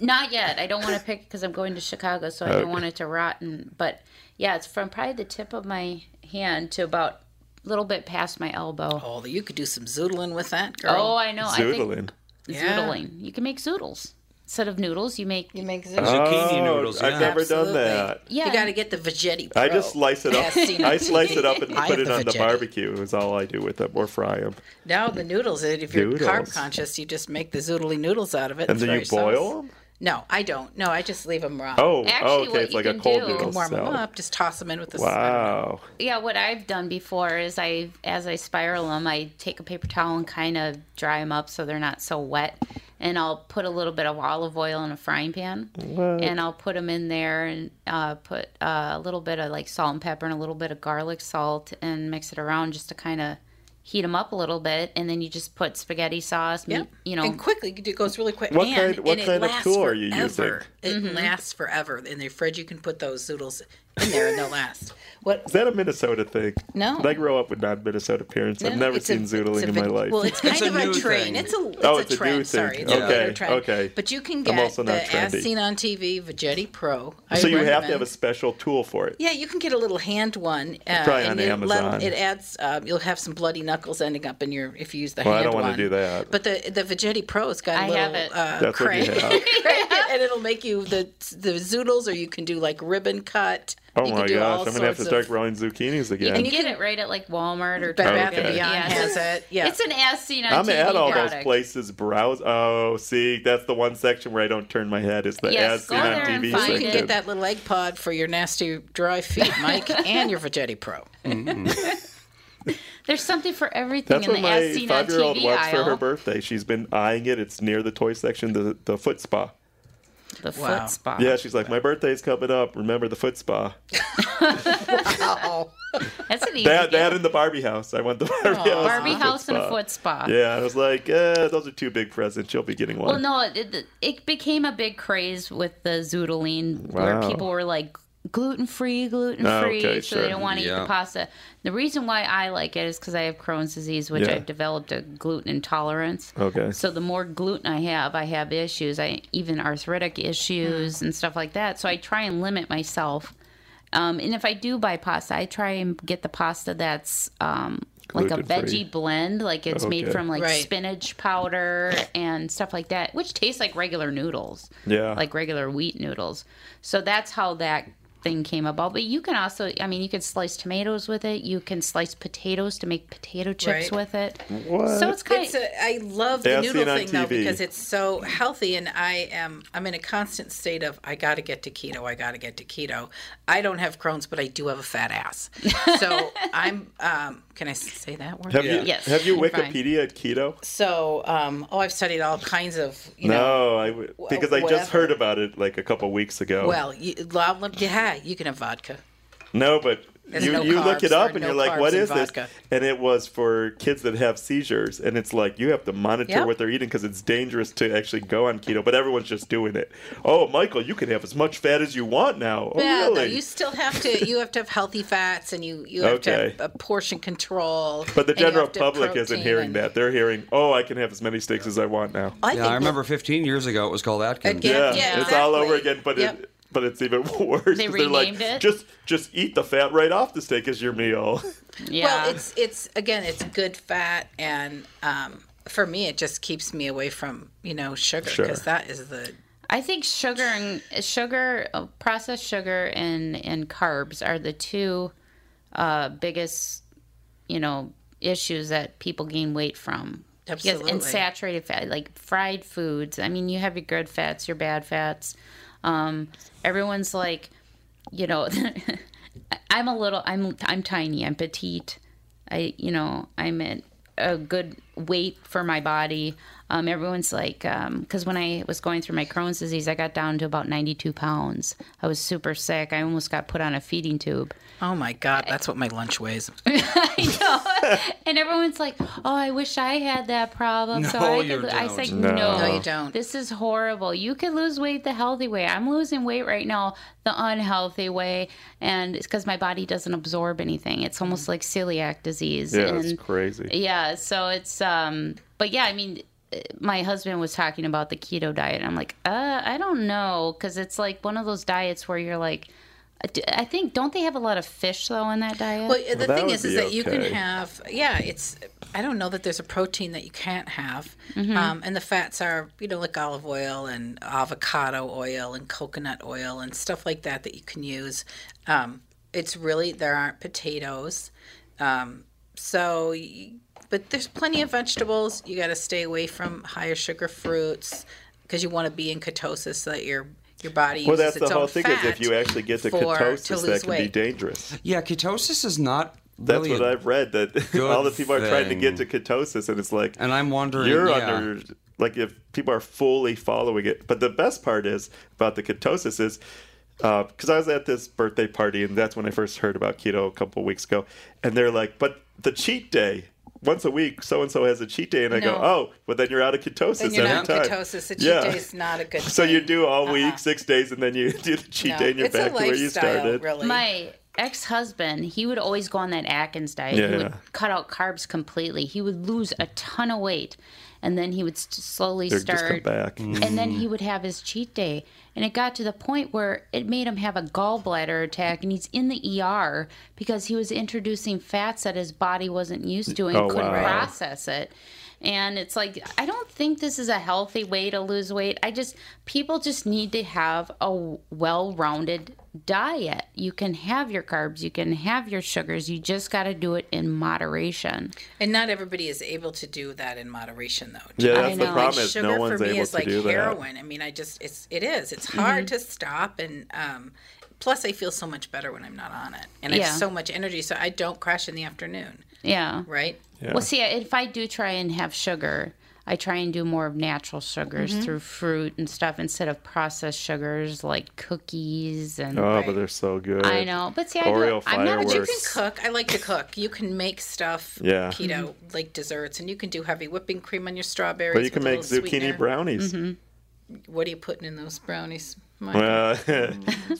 S1: Not yet. I don't want to pick because I'm going to Chicago, so I don't want it to rot. And but yeah, it's from probably the tip of my hand to about a little bit past my elbow.
S3: Oh, you could do some zoodling with that, girl.
S1: Oh, I know. I
S2: Zoodling.
S1: think zoodling. You can make zoodles. instead of noodles, you make
S3: You make
S4: Zucchini noodles, yeah.
S2: Oh, I've never done that.
S1: Yeah.
S3: You got to get the veggetti.
S2: I just
S3: Pro.
S2: slice it up.
S3: Pastina.
S2: I slice it up and
S3: I
S2: put
S3: have
S2: it
S3: the
S2: on the
S3: veggetti.
S2: barbecue. Is all I do with them, or fry them,
S3: Now the noodles. If you're carb
S2: Noodles.
S3: conscious, you just make the zoodly noodles out of it.
S2: and then
S3: throw
S2: you
S3: your sauce.
S2: boil them.
S3: No, I don't. No, I just leave them raw.
S2: Oh,
S1: Actually,
S2: oh, okay.
S1: what
S2: It's
S1: you
S2: like a
S1: can
S2: cold
S1: do-
S2: noodle
S3: warm them
S2: salad.
S3: up. Just toss them in with the.
S2: Wow.
S1: Yeah, what I've done before is I, as I spiral them, I take a paper towel and kind of dry them up so they're not so wet. And I'll put a little bit of olive oil in a frying pan, and I'll put them in there and uh, put uh, a little bit of like salt and pepper and a little bit of garlic salt and mix it around just to kind of heat them up a little bit. And then you just put spaghetti sauce,
S3: Yeah.
S1: meat, you know,
S3: and quickly it goes really quick.
S2: What
S3: and,
S2: kind- what
S3: and it
S2: kind of
S3: lasts
S2: tool are you
S3: forever. It lasts forever. In the fridge, you can put those zoodles in there, and they'll last. What?
S2: Is that a Minnesota thing?
S3: No.
S2: I grew up with non-Minnesota parents. I've
S3: No,
S2: never
S3: it's a-
S2: seen zoodling
S3: it's a
S2: in my
S3: veg-
S2: life.
S3: Well, it's kind
S4: a
S3: of a
S4: new
S3: trend.
S4: thing.
S3: It's a it's
S2: Oh,
S3: a
S2: it's a new
S3: trend.
S2: thing.
S3: Sorry, it's a
S4: Yeah.
S3: later
S2: Okay,
S3: trend.
S2: okay.
S3: But you can
S2: I'm
S3: get
S2: also not
S3: the as
S2: trendy.
S3: seen on TV Vegetti Pro. I
S2: so you have to
S3: recommend.
S2: have a special tool for it.
S3: Yeah, you can get a little hand one. Uh,
S2: probably
S3: and
S2: on
S3: you let 'em-
S2: Amazon.
S3: it adds. Um, you'll have some bloody knuckles ending up in your if you use the
S2: Well, I
S3: hand
S2: don't wanna
S3: one.
S2: do that.
S3: But the the Vegetti Pro's got a
S1: I
S3: little
S1: have it.
S3: Uh,
S2: That's what you
S3: crank-
S2: have.
S3: crank it, and it'll make you the the zoodles, or you can do like ribbon cut.
S2: Oh
S3: you
S2: my
S3: can do all
S2: gosh, I'm gonna have to
S3: sorts
S2: start
S3: of-
S2: growing zucchinis
S1: you
S2: again.
S1: can get it right at like Walmart or
S3: Bed
S1: Target.
S3: Bath and
S2: Okay.
S3: Beyond has it. Yeah.
S1: It's an as seen on
S2: I'm
S1: TV
S2: at all
S1: product.
S2: those places browse. Oh, see, that's the one section where I don't turn my head. Is the
S1: Yes,
S2: as
S1: go
S2: seen on
S1: there and
S2: TV
S3: you
S1: find it.
S3: can
S2: section.
S3: get that little egg pod for your nasty dry feet, Mike, and your Vegetti Pro.
S1: There's something for everything
S2: That's
S1: in
S2: what
S1: the as
S2: my
S1: seen on
S2: five-year-old
S1: TV
S2: wants
S1: aisle.
S2: for her birthday. She's been eyeing it. It's near the toy section, the the foot spa.
S1: the
S3: Wow.
S1: foot spa.
S2: Yeah, she's like, my birthday's coming up. Remember the foot spa.
S3: Oh,
S1: That's an easy
S2: That
S1: gift.
S2: that and the Barbie house. I want the Barbie house.
S1: Barbie
S2: and the
S1: house and a
S2: spa.
S1: foot spa.
S2: Yeah, I was like, eh, those are two big presents. She'll be getting one.
S1: Well, no, it, it, it became a big craze with the zoodling where
S2: Wow.
S1: people were like gluten free, gluten
S2: Oh,
S1: free,
S2: okay,
S1: so they
S2: sure.
S1: don't want to eat
S4: Yeah.
S1: the pasta. The reason why I like it is because I have Crohn's disease, which
S2: Yeah.
S1: I've developed a gluten intolerance.
S2: Okay.
S1: So the more gluten I have, I have issues. I even arthritic issues and stuff like that. So I try and limit myself. Um, and if I do buy pasta, I try and get the pasta that's um, like a
S2: Gluten-free.
S1: veggie blend, like it's made
S2: Okay.
S1: from like
S3: Right.
S1: spinach powder and stuff like that, which tastes like regular noodles.
S2: Yeah.
S1: Like regular wheat noodles. So that's how that thing came about. But you can also, I mean, you can slice tomatoes with it. You can slice potatoes to make potato chips
S3: Right.
S1: with it.
S2: What?
S1: So it's kind
S3: it's
S1: of.
S3: a, I love the
S2: As
S3: noodle
S2: seen on
S3: thing though
S2: TV.
S3: because it's so healthy, and I am I'm in a constant state of I got to get to keto, I got to get to keto. I don't have Crohn's, but I do have a fat ass, so I'm. Um, can I say that word?
S2: have you
S1: Yes,
S2: have you
S1: you're fine.
S2: Wikipedia at keto?
S3: So, um, oh, I've studied all kinds of you know.
S2: No, I w- because I just
S3: whatever.
S2: heard about it like a couple weeks ago.
S3: Well, you, la- la- yeah, you can have vodka.
S2: no, but
S3: There's
S2: you,
S3: no
S2: you look
S3: carbs,
S2: it up
S3: there are
S2: and
S3: no
S2: you're like,
S3: carbs
S2: what
S3: in
S2: is this?
S3: vodka.
S2: And it was for kids that have seizures, and it's like you have to monitor
S3: Yep.
S2: what they're eating because it's dangerous to actually go on keto. But everyone's just doing it. Oh, Michael, you can have as much fat as you want now. Oh,
S3: Yeah,
S2: really?
S3: no, you still have to. You have to have healthy fats, and you you have
S2: Okay.
S3: to have a portion control.
S2: But the
S3: and you have
S2: general
S3: to
S2: public isn't
S3: protein
S2: hearing
S3: and-
S2: that. They're hearing, oh, I can have as many steaks as I want now.
S3: I
S4: Yeah,
S3: think
S4: I remember 15 years ago it was called Atkins.
S3: Again.
S2: Yeah,
S3: Yeah,
S2: it's all over
S3: exactly.
S2: again, but
S3: Yep.
S2: it, but it's even worse. 'cause They're like,
S1: renamed it?
S2: just just eat the fat right off the steak as your meal.
S1: Yeah.
S3: Well, it's it's again, it's good fat, and um, for me, it just keeps me away from you know sugar
S2: Sure.
S3: because that is the
S1: I think sugar and sugar, uh, processed sugar and and carbs are the two uh, biggest, you know, issues that people gain weight from. Because-
S3: Absolutely.
S1: and saturated fat, like fried foods. I mean, you have your good fats, your bad fats. Um, everyone's like, you know, I'm a little, I'm I'm tiny, I'm petite. I, you know, I'm at a good weight for my body. Um, everyone's like, because when I was going through my Crohn's disease, I got down to about 92 pounds. I was super sick. I almost got put on a feeding tube.
S3: oh my god, that's what my lunch weighs.
S1: And everyone's like, oh, I wish I had that problem. so
S4: No,
S1: I,
S4: you
S1: could, I
S4: don't.
S1: said,
S2: No.
S1: no.
S2: No,
S3: you don't.
S1: This is horrible. You can lose weight the healthy way. I'm losing weight right now the unhealthy way. And it's because my body doesn't absorb anything. It's almost like celiac disease.
S2: yeah,
S1: and
S2: it's crazy.
S1: Yeah, so it's um but yeah, I mean uh, my husband was talking about the keto diet and I'm like, "Uh, I don't know cuz it's like one of those diets where you're like I d- I think don't they have a lot of fish though in that diet?
S3: Well, the
S2: that
S3: thing
S2: would
S3: is, is
S2: be
S3: that you can
S2: okay.
S3: have yeah, it's I don't know that there's a protein that you can't have.
S2: Mm-hmm.
S3: Um, and the fats are, you know, like olive oil and avocado oil and coconut oil and stuff like that that you can use. Um, it's really, there aren't potatoes. Um, so, y- but there's plenty of vegetables. You got to stay away from higher sugar fruits because you want to be in ketosis so that your your body
S2: Well,
S3: uses
S2: that's the
S3: its
S2: whole
S3: own
S2: thing
S3: fat
S2: is if you actually get to
S3: for-
S2: ketosis, that
S3: lose
S2: can be
S3: weight.
S2: dangerous.
S4: Yeah, ketosis is not
S2: That's
S4: really
S2: what I've read. That
S4: good
S2: all the people are trying to get to
S4: thing.
S2: ketosis, and it's like,
S4: And I'm wondering,
S2: you're
S4: yeah.
S2: under like if people are fully following it. But the best part is about the ketosis is because I was at this birthday party, and that's when I first heard about keto a couple weeks ago. And they're like, but the cheat day. Once a week, so and so has a cheat day, and I go,
S3: No.
S2: "Oh, well, then you're out of ketosis
S3: Then you're
S2: every
S3: not
S2: time."
S3: in ketosis. A cheat
S2: Yeah.
S3: day is not a good
S2: So you
S3: thing.
S2: do all week, six days, and then you do the cheat
S3: No,
S2: day, and you're
S3: it's
S2: back to
S3: a
S2: where you
S3: lifestyle,
S2: started.
S3: Really.
S1: My ex husband, he would always go on that Atkins diet. He
S2: Yeah.
S1: would cut out carbs completely. He would lose a ton of weight. And then he would s slowly
S2: They're just come
S1: start.
S2: back.
S1: And then
S2: Mm.
S1: he would have his cheat day. And it got to the point where it made him have a gallbladder attack. And he's in the ER because he was introducing fats that his body wasn't used to and
S2: Oh,
S1: couldn't
S2: wow.
S1: process it. And it's like, I don't think this is a healthy way to lose weight. I just, people just need to have a well rounded diet. You can have your carbs, you can have your sugars. You just got to do it in moderation.
S3: And not everybody is able to do that in moderation, though.
S2: Yeah,
S1: I
S2: that's the
S1: know.
S2: problem.
S3: Like
S2: is
S3: sugar
S2: no
S3: for
S2: one's
S3: me
S2: able
S3: is
S2: to
S3: like
S2: do that. Oh, Mm-hmm.
S3: heroin. I mean, I just it's it is. It's hard to stop, and um, plus I feel so much better when I'm not on it, and I
S1: Yeah.
S3: have so much energy, so I don't crash in the afternoon,
S1: Yeah.
S3: right?
S1: Well, see, if I do try and have sugar, I try and do more of natural sugars through fruit and stuff instead of processed sugars like cookies and.
S2: Oh, but they're so good.
S1: I know, but see, I
S2: Oreo
S1: don't, I'm not.
S3: But you can
S2: Fireworks.
S3: cook. I like to cook. You can make stuff
S2: Yeah.
S3: keto like desserts, and you can do heavy whipping cream on your strawberries.
S2: But you can
S3: with a
S2: make
S3: little
S2: zucchini
S3: sweetener.
S2: brownies.
S1: Mm-hmm.
S3: What are you putting in those brownies? Mike?
S2: Uh,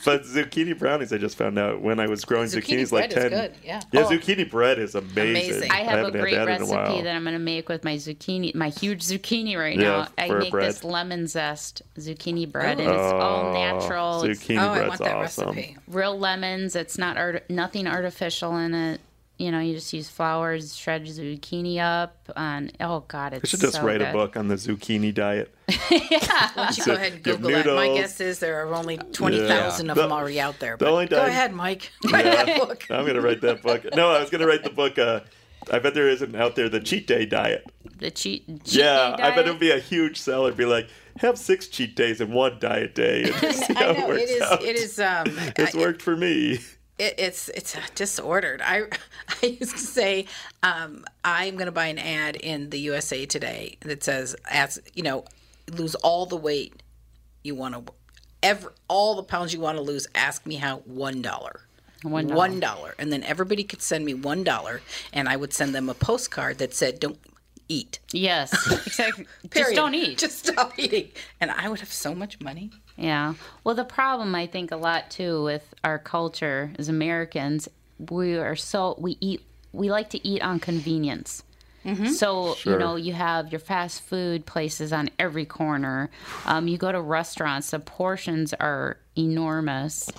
S2: but zucchini brownies, I just found out when I was growing
S3: Zucchini
S2: zucchinis, like
S3: bread is
S2: ten.
S3: good, yeah.
S2: zucchini bread is amazing.
S3: Amazing.
S1: Oh. I have a
S2: haven't had
S1: great
S2: that in a
S1: recipe
S2: while.
S1: that I'm going to make with my zucchini, my huge zucchini right
S2: Yeah,
S1: now. I
S2: for
S1: make
S2: bread. Oh,
S1: this lemon zest zucchini bread, and it's all natural. It's
S2: zucchini
S3: Oh, I
S2: bread's
S3: want that
S2: awesome.
S3: recipe.
S1: real lemons. It's not art- nothing artificial in it. You know, you just use flowers, shred zucchini up, and oh god, it's
S2: I should just
S1: so
S2: write a
S1: good.
S2: book on the zucchini diet.
S3: Why don't you go ahead and
S2: Give
S3: Google that? My
S2: noodles.
S3: guess is there are only 20,000 of
S2: The-
S3: them already out there.
S2: the
S3: but
S2: only
S3: go
S2: time-
S3: ahead, Mike. Write that book.
S2: Uh, I'm gonna write that book. No, I was gonna write the book. Uh, I bet there isn't out there the cheat day diet.
S1: The cheat, cheat
S2: yeah,
S1: day
S2: I bet
S1: diet.
S2: it'd be a huge seller. Be like, have six cheat days and one diet day, and see how
S3: I
S2: it
S3: know
S2: works
S3: it is.
S2: out.
S3: It is. Um,
S2: It's worked for me.
S3: it, it's it's uh, disordered. I I used to say um, I'm going to buy an ad in the USA Today that says as you know lose all the weight you want to ever all the pounds you want to lose. Ask me how one dollar.
S1: One dollar.
S3: One dollar, and then everybody could send me one dollar, and I would send them a postcard that said, "Don't eat."
S1: Yes, exactly. Just
S3: Period.
S1: don't eat.
S3: Just stop eating, and I would have so much money.
S1: Yeah. Well, the problem I think a lot too with our culture as Americans, we are so we eat we like to eat on convenience.
S3: Mm-hmm.
S1: So you know you have your fast food places on every corner. Um, you go to restaurants; the portions are enormous.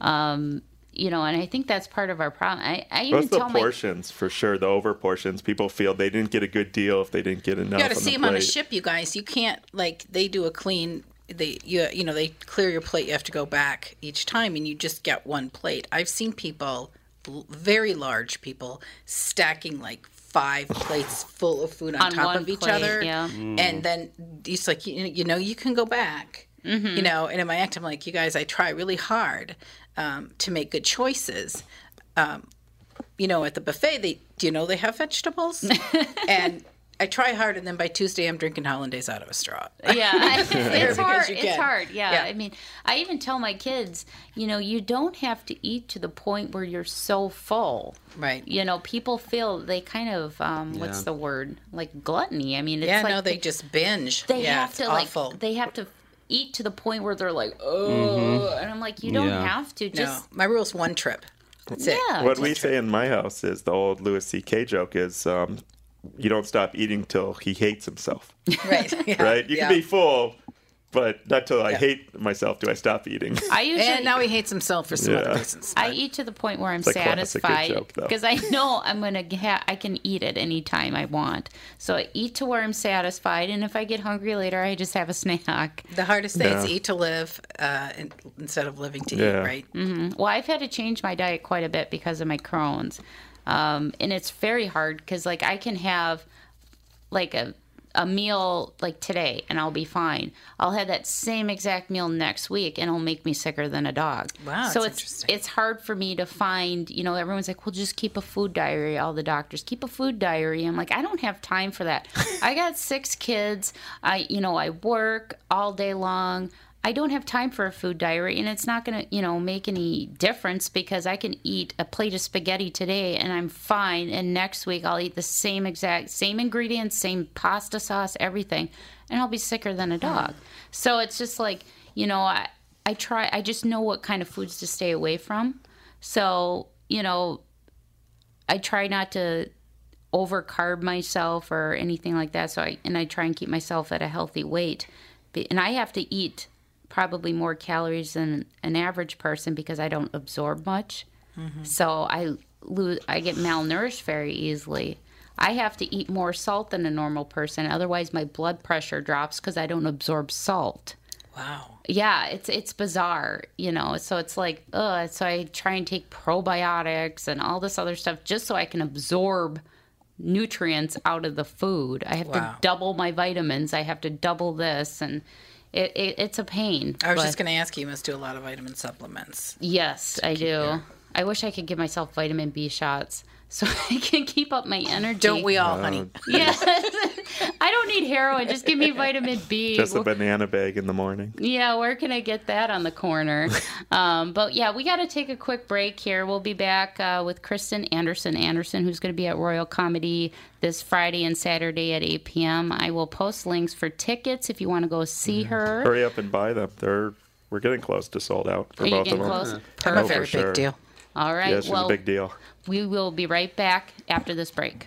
S1: Um, you know, and I think that's part of our problem. I, I even
S2: That's the
S1: tell my
S2: portions for sure. The over portions. People feel they didn't get a good deal if they didn't get enough.
S3: You got to
S2: on
S3: see
S2: the
S3: them on a
S2: plate.
S3: ship, you guys. You can't like they do a clean. They you you know they clear your plate. You have to go back each time, and you just get one plate. I've seen people, l- very large people, stacking like five plates full of food on,
S1: On
S3: top
S1: one
S3: of each
S1: plate,
S3: other,
S1: yeah.
S2: Mm.
S3: and then it's like you, you know you can go back.
S1: Mm-hmm.
S3: You know, and in my act, I'm like, you guys, I try really hard um, to make good choices you know, at the buffet, they do you know they have vegetables? and I try hard, and then by Tuesday, I'm drinking hollandaise out of a straw.
S1: Yeah, it's, it's hard.
S3: you
S1: It's
S3: can.
S1: hard. Yeah.
S3: Yeah.
S1: I mean, I even tell my kids, you know, you don't have to eat to the point where you're so full.
S3: Right.
S1: You know, people feel they kind of um, what's the word like gluttony. I mean, it's
S3: yeah,
S1: like
S3: no, they just binge.
S1: they
S3: yeah,
S1: have
S3: it's
S1: to
S3: awful.
S1: like they have to eat to the point where they're
S2: Mm-hmm.
S1: like, oh, and I'm like, you don't
S4: Yeah.
S1: have to.
S3: no,
S1: Just
S3: my rule's one trip. That's it.
S1: yeah,
S2: What we say in my house is the old Louis C.K. joke is, um, you don't stop eating till he hates himself,
S3: Right. Yeah.
S2: right? You
S3: yeah.
S2: can be full, But not till I hate myself do I stop eating.
S1: I usually
S3: And now he hates himself for some
S2: Yeah.
S3: other reasons.
S1: I eat to the point where I'm
S2: a classic good
S1: satisfied
S2: joke, though.
S1: because I know I'm gonna ha- I can eat it anytime I want. So I eat to where I'm satisfied, and if I get hungry later, I just have a snack.
S2: Mm-hmm.
S3: The hardest thing is
S2: Yeah.
S3: eat to live uh, in- instead of living to
S2: Yeah.
S3: eat, right?
S1: Well, I've had to change my diet quite a bit because of my Crohn's, um, and it's very hard because like I can have like a a meal like today and I'll be fine. I'll have that same exact meal next week and it'll make me sicker than a dog.
S3: Wow,
S1: So
S3: that's
S1: it's
S3: interesting.
S1: it's hard for me to find, you know, everyone's like, "Well, just keep a food diary." All the doctors keep a food diary. I'm like, "I don't have time for that. I got 6 kids. I, you know, I work all day long. I don't have time for a food diary and it's not going to, you know, make any difference because I can eat a plate of spaghetti today and I'm fine and next week I'll eat the same exact same ingredients, same pasta sauce, everything and I'll be sicker than a dog. So it's just like, you know, I I try I just know what kind of foods to stay away from. So, you know, I try not to overcarb myself or anything like that. So I and I try and keep myself at a healthy weight. Be- And I have to eat probably more calories than an average person because I don't absorb much. So I lose I get malnourished very easily. I have to eat more salt than a normal person otherwise my blood pressure drops cuz I don't absorb salt
S3: Wow.
S1: yeah, it's it's bizarre, you know. So it's like, uh, so I try and take probiotics and all this other stuff just so I can absorb nutrients out of the food. I have to
S3: Wow.
S1: double my vitamins. I have to double this, and it, it it's a pain.
S3: I was
S1: but-
S3: just going to ask you, you must do a lot of vitamin supplements.
S1: Yes, I do. I wish I could give myself vitamin B shots so I can keep up my energy.
S3: Don't we all, honey?
S1: Yes. I don't need heroin. Just give me vitamin B.
S2: Just a banana bag in the morning.
S1: Yeah, where can I get that on the corner? um, but yeah, we got to take a quick break here. We'll be back uh, with Kristen Anderson Anderson, who's going to be at Royal Comedy this Friday and Saturday at 8 p.m. I will post links for tickets if you want to go see her.
S2: Mm-hmm. Hurry up and buy them. They're we're getting close to sold out for
S1: Are you
S2: both of
S1: getting
S2: them.
S1: close?
S2: Oh,
S3: I'm a
S2: for
S1: Perfect.
S3: very
S2: sure.
S3: big deal.
S1: All right.
S2: Yeah, she's
S1: well,
S2: a big deal.
S1: we will be right back after this break.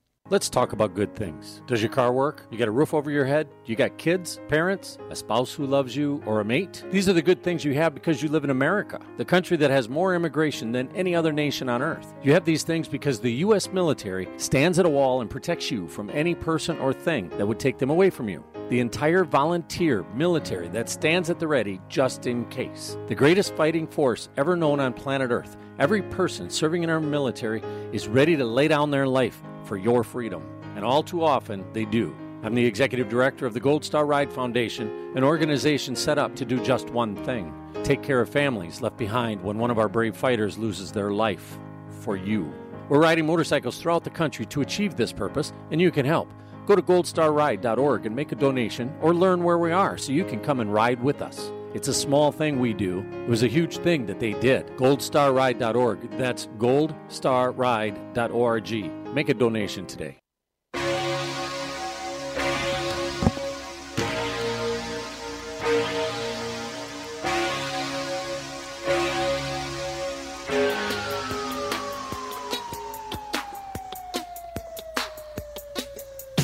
S7: Let's talk about good things. Does your car work? You got a roof over your head? You got kids, parents, a spouse who loves you, or a mate? These are the good things you have because you live in America, the country that has more immigration than any other nation on earth. You have these things because the U.S. military stands at a wall and protects you from any person or thing that would take them away from you. The entire volunteer military that stands at the ready just in case. The greatest fighting force ever known on planet Earth. Every person serving in our military is ready to lay down their life for your freedom. And all too often, they do. I'm the executive director of the Gold Star Ride Foundation, an organization set up to do just one thing take care of families left behind when one of our brave fighters loses their life for you. We're riding motorcycles throughout the country to achieve this purpose, and you can help. Go to goldstarride.org and make a donation or learn where we are so you can come and ride with us. It's a small thing we do. It was a huge thing that they did. Goldstarride.org. That's goldstarride.org. Make a donation today.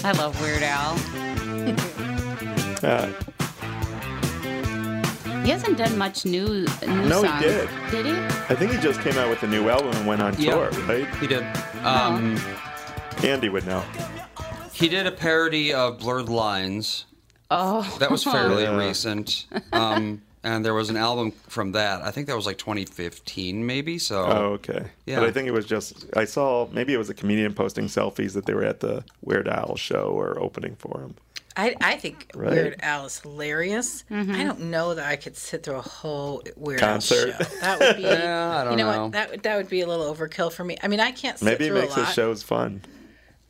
S1: I love Weird Al.
S2: Ah,
S1: He hasn't done much new, new
S2: No, he
S1: songs.
S2: did.
S1: Did he?
S2: I think he just came out with a new album and went on
S4: Yeah.
S2: tour, right?
S4: He did. Um,
S2: Andy would know.
S4: He did a parody of Blurred Lines.
S1: Oh,
S4: That was fairly
S2: Yeah.
S4: recent. Um, and there was an album from that. I think that was like 2015, maybe. So
S2: Oh, okay.
S4: Yeah.
S2: But I think it was just I saw maybe it was a comedian posting selfies that they were at the Weird Al show or opening for him.
S3: I, I think
S2: Right.
S3: Weird Al is hilarious. I don't know that I could sit through a whole Weird
S2: Concert.
S3: Al show. That would be,
S4: Yeah, I don't
S3: you know,
S4: know.
S3: what? That would- that would be a little overkill for me. I mean, I can't sit
S2: Maybe it
S3: through
S2: makes
S3: a lot.
S2: his shows fun.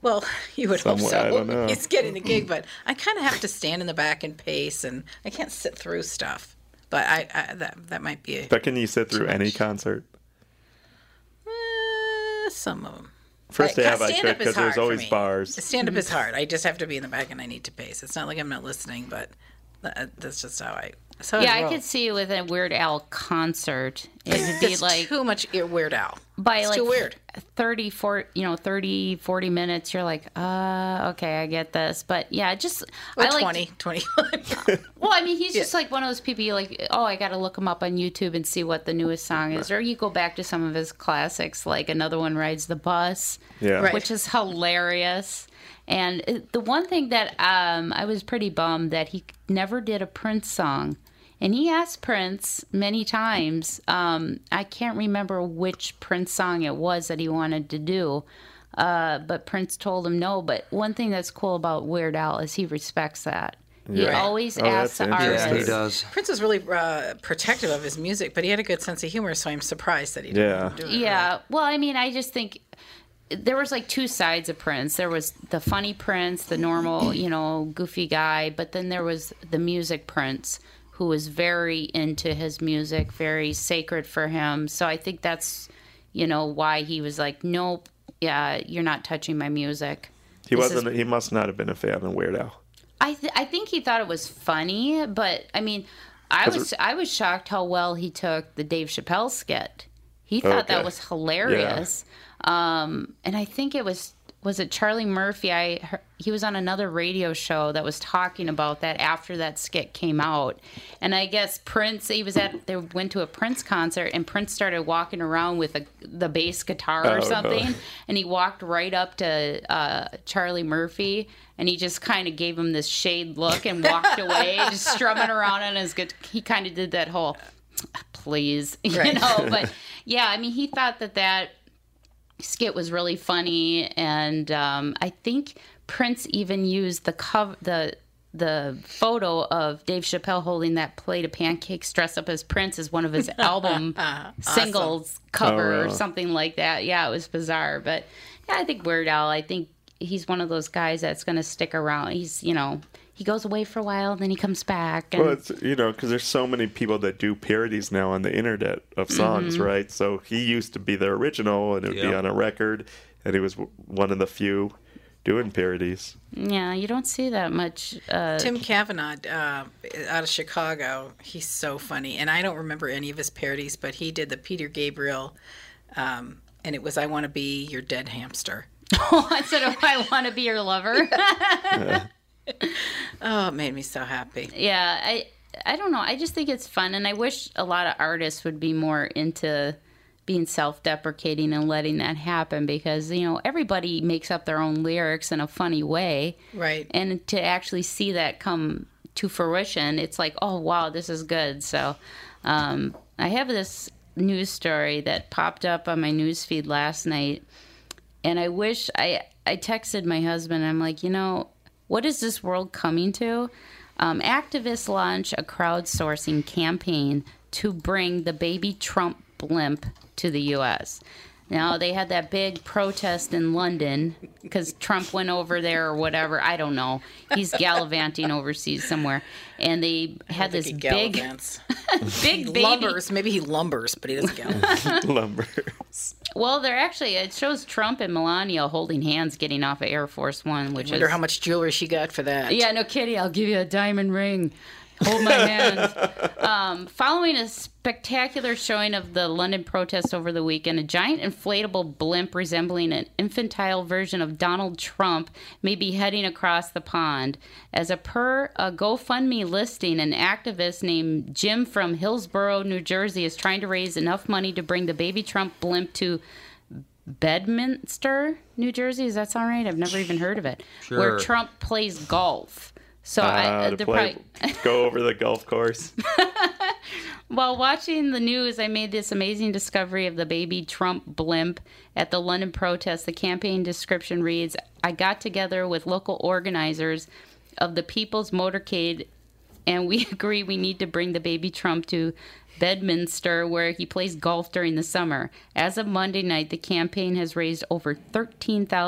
S3: Well, you would hope
S2: Somewhere,
S3: so.
S2: I don't know.
S3: He's getting the gig, but I kind of have to stand in the back and pace, and I can't sit through stuff. But I, I that that might be a,
S2: But can you sit through any concert?
S3: uh, some of them.
S2: First half I
S3: stand
S2: could
S3: up is
S2: because
S3: hard
S2: there's
S3: for
S2: always
S3: me.
S2: bars.
S3: Stand up is hard. I just have to be in the back and I need to pace. It's not like I'm not listening, but tha- that's just how I. So
S1: Yeah, I could see you with a Weird Al concert. It'd be
S3: It's
S1: like
S3: too much ear weird out.
S1: by
S3: it's
S1: like
S3: too weird.
S1: 30 40, you know 30 40 minutes you're like uh okay i get this but yeah just
S3: Or
S1: i like
S3: 20, 21.
S1: well i mean he's just like one of those people you like oh i gotta look him up on youtube and see what the newest song is or you go back to some of his classics like another one rides the bus
S2: Yeah.
S3: Right.
S1: which is hilarious and it- the one thing that um, i was pretty bummed that he never did a prince song and he asked Prince many times. Um, I can't remember which Prince song it was that he wanted to do, uh, but Prince told him no. But one thing that's cool about Weird Al is he respects that. He
S2: Yeah.
S1: always
S2: Oh,
S1: asks
S2: that's
S1: the
S2: interesting.
S1: artist.
S4: Yeah, he does.
S3: Prince is really uh, protective of his music, but he had a good sense of humor, so I'm surprised that he didn't
S2: Yeah.
S3: do it.
S1: Yeah. Well, I mean, I just think there was like two sides of Prince. There was the funny Prince, the normal, you know, goofy guy, but then there was the music Prince who was very into his music, very sacred for him. So I think that's, you know, why he was like, nope, yeah, you're not touching my music.
S2: He
S1: This is-
S2: wasn't. He must not have been a fan of Weird Al.
S3: Mm-hmm.
S1: I th- I think he thought it was funny, but I mean, I was I was shocked how well he took the Dave Chappelle skit. He thought that
S2: Okay.
S1: was hilarious. Um, and I think it was was it Charlie Murphy? I hear- he was on another radio show that was talking about that after that skit came out, and I guess Prince. He was at they went to a Prince concert, and Prince started walking around with a, the bass guitar or
S2: Oh, no.
S1: something, and he walked right up to uh, Charlie Murphy and he just kind of gave him this shade look and walked away, just strumming around on his guitar. He kind of did that whole, please, you
S3: Right.
S1: know. But yeah, I mean, he thought that that skit was really funny, and um, I think Prince even used the cover the the photo of Dave Chappelle holding that plate of pancakes dressed up as Prince as one of his album singles cover
S2: Oh,
S1: or something like that. Yeah, it was bizarre, but yeah, I think Weird Al. I think he's one of those guys that's going to stick around. He's you know he goes away for a while, then he comes back, and
S2: Well, it's, you know, because there's so many people that do parodies now on the internet
S3: Mm-hmm.
S2: of songs, right? So he used to be the original, and it would be
S4: Yeah.
S2: on a record, and he was w- one of the few doing parodies.
S1: yeah, you don't see that much. Uh,
S3: Tim Kavanaugh uh, out of Chicago. He's so funny, and I don't remember any of his parodies, but he did the Peter Gabriel, um, and it was "I Want to Be Your Dead Hamster."
S1: instead of I want to be your lover.
S3: Oh, it made me so happy.
S1: yeah i i don't know i just think it's fun and i wish a lot of artists would be more into being self-deprecating and letting that happen because you know everybody makes up their own lyrics in a funny way
S3: Right.
S1: and to actually see that come to fruition it's like oh wow this is good so um, i have this news story that popped up on my news feed last night and i wish i i texted my husband i'm like you know what is this world coming to um, activists launch a crowdsourcing campaign to bring the baby trump blimp to the us now they had that big protest in London because Trump went over there or whatever. I don't know. He's gallivanting overseas somewhere, and they had this
S3: He
S1: big,
S3: gallivants.
S1: big
S3: He
S1: baby.
S3: lumbers. Maybe he lumbers, but he doesn't gallivant.
S2: Lumber.
S1: Well, they're actually it shows Trump and Melania holding hands getting off of Air Force One, which
S3: wonder
S1: is
S3: how much jewelry she got for that.
S1: Yeah, no kidding. I'll give you a diamond ring. Hold my hand. um, following a spectacular showing of the London protest over the weekend, a giant inflatable blimp resembling an infantile version of Donald Trump may be heading across the pond. As a per a GoFundMe listing, an activist named Jim from Hillsborough, New Jersey, is trying to raise enough money to bring the baby Trump blimp to Bedminster, New Jersey. Does that sound right? I've never even heard of it. Where
S4: Sure.
S1: Trump plays golf. So I,
S2: Uh,
S1: the
S2: to play,
S1: pri-
S2: go over the golf course.
S1: while watching the news, I made this amazing discovery of the baby Trump blimp at the London protest. The campaign description reads I got together with local organizers of the People's Motorcade and we agree we need to bring the baby Trump to Bedminster, where he plays golf during the summer. As of Monday night, the campaign has raised over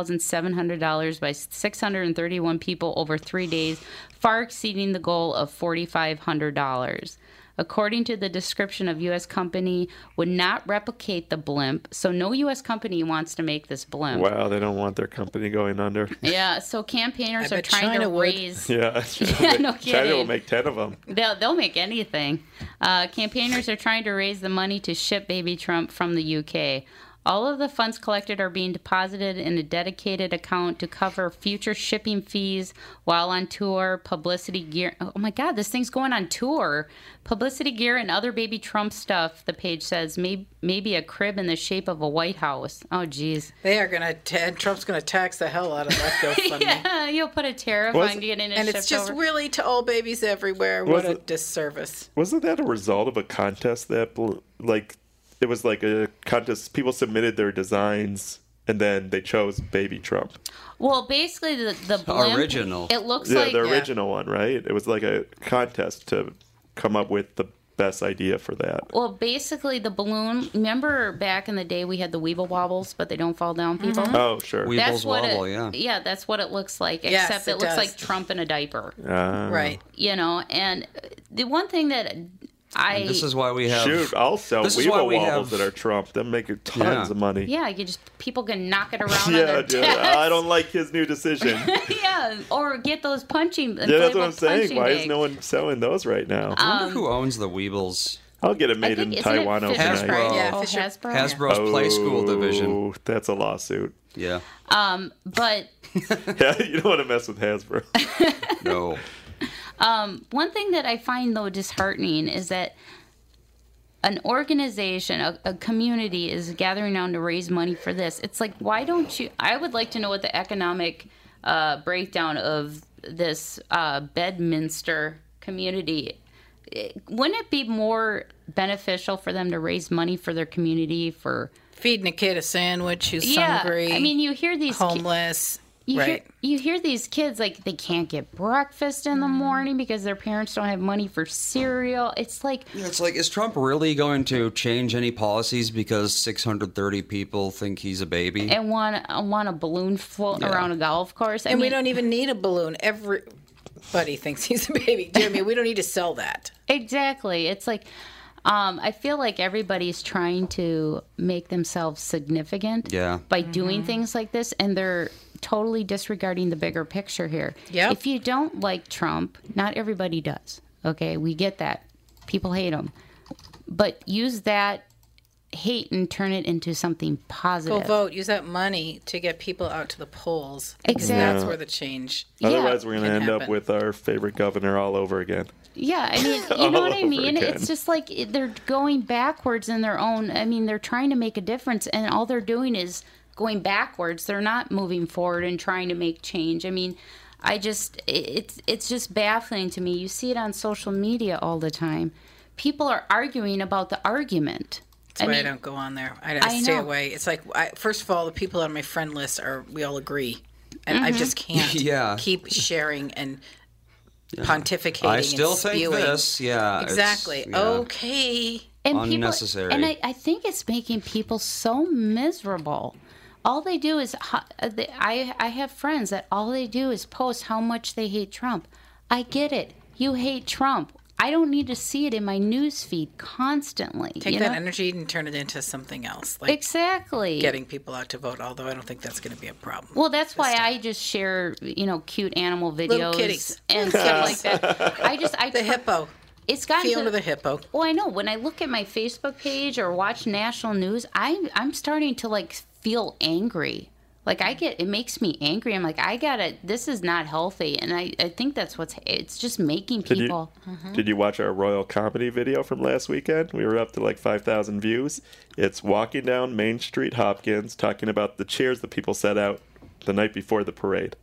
S1: $13,700 by 631 people over three days, far exceeding the goal of $4,500 according to the description of U.S. company, would not replicate the blimp. So no U.S. company wants to make this blimp.
S2: Wow, they don't want their company going under.
S1: Yeah. So campaigners
S3: I
S1: are
S3: bet
S1: trying
S3: China
S1: to
S3: would.
S1: raise.
S2: Yeah,
S1: Yeah,
S2: China
S1: no
S2: will
S1: kidding.
S2: make ten of them.
S1: They'll, they'll make anything. Uh, campaigners are trying to raise the money to ship baby Trump from the UK. All of the funds collected are being deposited in a dedicated account to cover future shipping fees while on tour, publicity gear. Oh my God, this thing's going on tour. Publicity gear and other baby Trump stuff, the page says. Maybe, maybe a crib in the shape of a White House. Oh, geez.
S3: They are going to, Trump's going to tax the hell out of that GoFundMe.
S1: Uh, you'll put a tariff
S2: Was-
S1: on getting it
S3: And
S1: shipped
S3: it's just
S1: over.
S3: really to all babies everywhere. What
S2: Was
S3: a
S2: it-
S3: disservice.
S2: Wasn't that a result of a contest that bl- like it was like a contest? People submitted their designs and then they chose Baby Trump.
S1: well, basically, the, the blimp,
S4: Original.
S1: It looks
S2: Yeah,
S1: like
S2: the original one, right? It was like a contest to come up with the best idea for that.
S1: Well, basically, the balloon. Remember back in the day, we had the weeble wobbles, but they don't fall down, people.
S2: Oh, sure.
S4: We- Weebles
S1: That's what
S4: wobble,
S1: it,
S4: yeah.
S1: that's what it looks like.
S3: Yes,
S1: except
S3: it
S1: it, looks
S3: does.
S1: like Trump in a diaper.
S3: Right.
S1: You know, and the one thing that I
S4: This is why we have.
S2: Shoot, I'll sell
S4: This is
S2: Weevil
S4: why we
S2: wobbles
S4: have-
S2: that are Trump. They'll make tons
S4: Yeah.
S2: of money.
S1: yeah, you just people can knock it around. on
S2: Yeah,
S1: their
S2: dude.
S1: desk.
S2: I don't like his new decision. yeah,
S1: yeah, or get those punching. Yeah,
S2: that's what I'm saying. Why is no one selling those right now?
S4: I wonder who owns the Weebles.
S2: I'll get it made in
S1: think, isn't it
S2: Taiwan
S1: Fisher
S2: overnight.
S4: Hasbro.
S3: Yeah,
S1: Oh,
S3: Fisher-
S1: Hasbro.
S4: Hasbro's Play School Division.
S2: Oh, that's a lawsuit.
S4: Yeah.
S1: But
S2: Yeah, you don't want to mess with Hasbro.
S4: No.
S1: one thing that I find though disheartening is that an organization, a, a community is gathering down to raise money for this. It's like, why don't you? I would like to know what the economic uh, breakdown of this uh, Bedminster community. it- Wouldn't it be more beneficial for them to raise money for their community for?
S3: Feeding a kid a sandwich who's hungry.
S1: I mean, you hear these ki-
S3: homeless.
S1: you
S3: right.
S1: hear you hear these kids like they can't get breakfast in the
S3: Mm.
S1: morning because their parents don't have money for cereal. It's like
S4: It's like, is Trump really going to change any policies because 630 people think he's a baby?
S1: and want I want a balloon float around a golf course. I
S3: and we
S1: mean,
S3: don't even need a balloon. Everybody thinks he's a baby. Jimmy, we don't need to sell that.
S1: exactly. It's like um, I feel like everybody's trying to make themselves significant
S4: Yeah.
S1: by
S3: Mm-hmm.
S1: doing things like this, and they're totally disregarding the bigger picture here.
S3: Yep.
S1: If you don't like Trump, not everybody does. Okay, we get that. People hate him, but use that hate and turn it into something
S3: Go
S1: positive.
S3: vote. Use that money to get people out to the polls.
S1: Exactly.
S3: That's where the change.
S2: Otherwise, we're going to
S3: Can
S2: end up
S3: happen.
S2: with our favorite governor all over again.
S1: Yeah, I mean, you know
S2: All
S1: what I
S2: over
S1: mean?
S2: again.
S1: It's just like it- they're going backwards in their own. I mean, they're trying to make a difference, and all they're doing is going backwards. They're not moving forward and trying to make change. I mean, I just i- it's it's just baffling to me. You see it on social media all the time. People are arguing about the argument.
S3: That's why I don't go on there. I, I,
S1: I
S3: stay
S1: know.
S3: away. It's like, I, first of all, the people on my friend list are, we all agree. And I just
S1: Mm-hmm.
S3: can't
S4: Yeah.
S3: keep sharing and pontificating.
S4: I still
S3: and
S4: think
S3: spewing.
S4: this. Yeah. it's-
S3: Exactly. Oh.
S4: yeah.
S3: Okay.
S1: and
S4: Unnecessary.
S1: People, and I, I think it's making people so miserable. All they do is, ho- uh, they- I, I have friends that all they do is post how much they hate Trump. I get it. You hate Trump. I don't need to see it in my news feed constantly.
S3: Take
S1: you
S3: that
S1: know?
S3: energy and turn it into something else, like
S1: Exactly.
S3: getting people out to vote. Although I don't think that's going to be a problem.
S1: Well, that's why I just share, you know, cute animal
S3: Little
S1: videos
S3: kitties.
S1: and stuff like that. I just, I
S3: the hippo,
S1: It's gotten
S3: Fiona
S1: to,
S3: the hippo.
S1: Well, I know when I look at my Facebook page or watch national news, I I'm starting to like feel angry. Like I get it makes me angry. I'm like I gotta. This is not healthy, and I I think that's what's it's just making
S2: Did you,
S1: people. Mm-hmm.
S2: did you watch our royal comedy video from last weekend? We were up to like 5,000 views. It's walking down Main Street, Hopkins, talking about the chairs that people set out the night before the parade.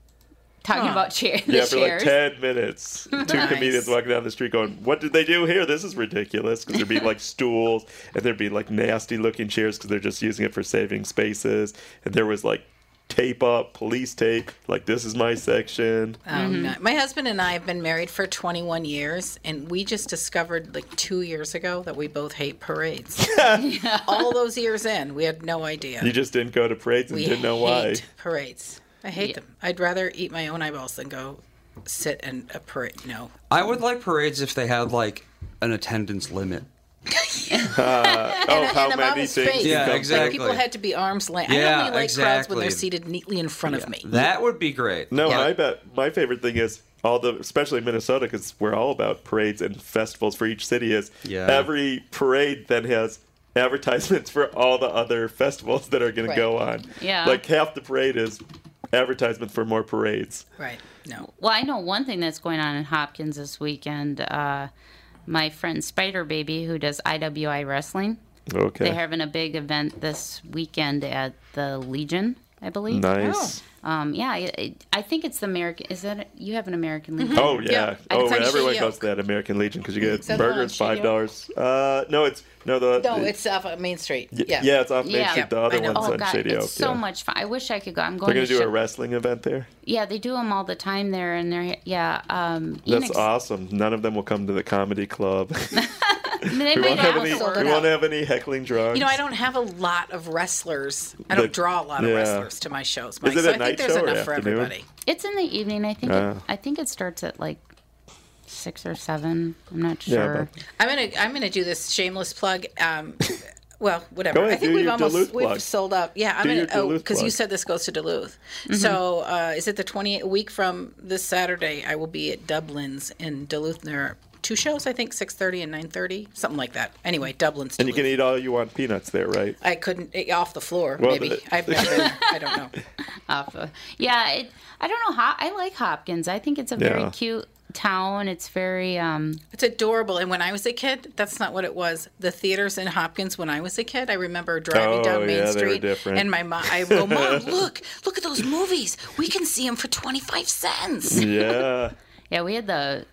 S1: Talking about chair,
S2: Yeah,
S1: the
S2: for
S1: chairs.
S2: like 10 minutes. Two comedians walking down the street going, What did they do here? This is ridiculous. Because there'd be like stools and there'd be like nasty looking chairs because they're just using it for saving spaces. And there was like tape up, police tape, like this is my section.
S3: Oh, no. My husband and I have been married for 21 years, and we just discovered like two years ago that we both hate parades. All those years in, we had no idea.
S2: You just didn't go to parades and
S3: we
S2: didn't know why.
S3: hate parades. I hate them. I'd rather eat my own eyeballs than go sit in a parade. No.
S4: I would like parades if they had like an attendance limit.
S2: Oh,
S3: and,
S2: how
S3: and
S2: many
S3: about
S2: things?
S3: space.
S2: you
S4: Yeah,
S2: come-
S4: exactly.
S3: Like people had to be arms length. I
S4: Yeah,
S3: only like crowds when
S4: exactly.
S3: they're seated neatly in front of me.
S4: That would be great.
S2: No,
S3: Yeah.
S2: and I bet my favorite thing is all the, especially in Minnesota, because we're all about parades and festivals for each city. Is
S4: Yeah.
S2: every parade then has advertisements for all the other festivals that are going
S3: Right.
S2: to go on.
S1: Yeah.
S2: like half the parade is advertisement for more parades.
S3: Right. No.
S1: Well, I know one thing that's going on in Hopkins this weekend. Uh, my friend Spider Baby, who does IWI wrestling,
S2: Okay,
S1: they're having a big event this weekend at the Legion, I believe.
S2: nice.
S1: Um, yeah, I- I, I think it's the American. Is that you have an American Legion?
S2: Oh yeah.
S3: Yeah.
S2: Oh,
S3: It's on
S2: everyone
S3: Shea
S2: goes to that American Legion because you
S3: Is
S2: get
S3: that the one
S2: burgers
S3: on Shea
S2: five dollars. Uh, no, it's no the
S3: No, it's off of Main Street.
S2: yeah,
S3: Yeah.
S2: it's off Main
S1: Yeah.
S2: Street. The other
S3: I know.
S2: one's
S3: Oh,
S2: on
S1: God,
S2: Shady Oak.
S1: it's
S2: yeah.
S1: so much fun. I wish I could go. I'm
S2: They're
S1: going
S2: gonna
S1: to
S2: do a
S1: Chi-
S2: wrestling event there.
S1: Yeah, they do them all the time there, and they're yeah. Um,
S2: That's
S1: Enix-
S2: awesome. None of them will come to the comedy club.
S1: They
S2: we
S1: might
S2: won't have any.
S1: outsource
S3: sold
S2: We
S3: out.
S2: won't have any heckling drugs.
S3: You know, I don't have a lot of wrestlers. I
S2: That-
S3: don't draw a lot of
S2: yeah.
S3: wrestlers to my shows, Mike.
S2: Is it
S3: so
S2: a
S3: I
S2: night
S3: think there's
S2: show or
S3: enough for
S2: afternoon?
S3: everybody.
S1: It's in the evening. I think.
S2: Ah.
S1: it, I think it starts at like six or seven. I'm not
S2: Yeah,
S1: sure.
S2: but-
S3: I'm gonna I'm gonna do this shameless plug. Um, well, whatever.
S2: Go ahead,
S3: I think
S2: do
S3: we've
S2: your
S3: almost
S2: Duluth
S3: we've
S2: plug.
S3: sold up. Yeah, I'm
S2: Do your
S3: gonna oh
S2: Duluth
S3: because you
S2: plug. Mm-hmm.
S3: said this goes to Duluth. So uh, is it the 20 a week from this Saturday? I will be at Dublin's in Duluth. There are two shows, I think, 6:30 and 9:30, something like that. Anyway, Dublin's.
S2: and you can
S3: Duluth.
S2: eat all you want peanuts there, right?
S3: I couldn't eh, off the floor.
S2: Well,
S3: maybe
S2: the-
S3: I've never. been. I don't know.
S1: off of. Yeah, it, I don't know how. I like Hopkins. I think it's a very
S2: Yeah.
S1: cute town. It's very um
S3: It's adorable. And when I was a kid, that's not what it was. The theaters in Hopkins when I was a kid, I remember driving
S2: Oh,
S3: down Main
S2: yeah, they were
S3: Street
S2: different.
S3: and my mom I go, "Mom, look. Look at those movies. We can see them for 25 cents."
S2: Yeah.
S1: yeah, we had the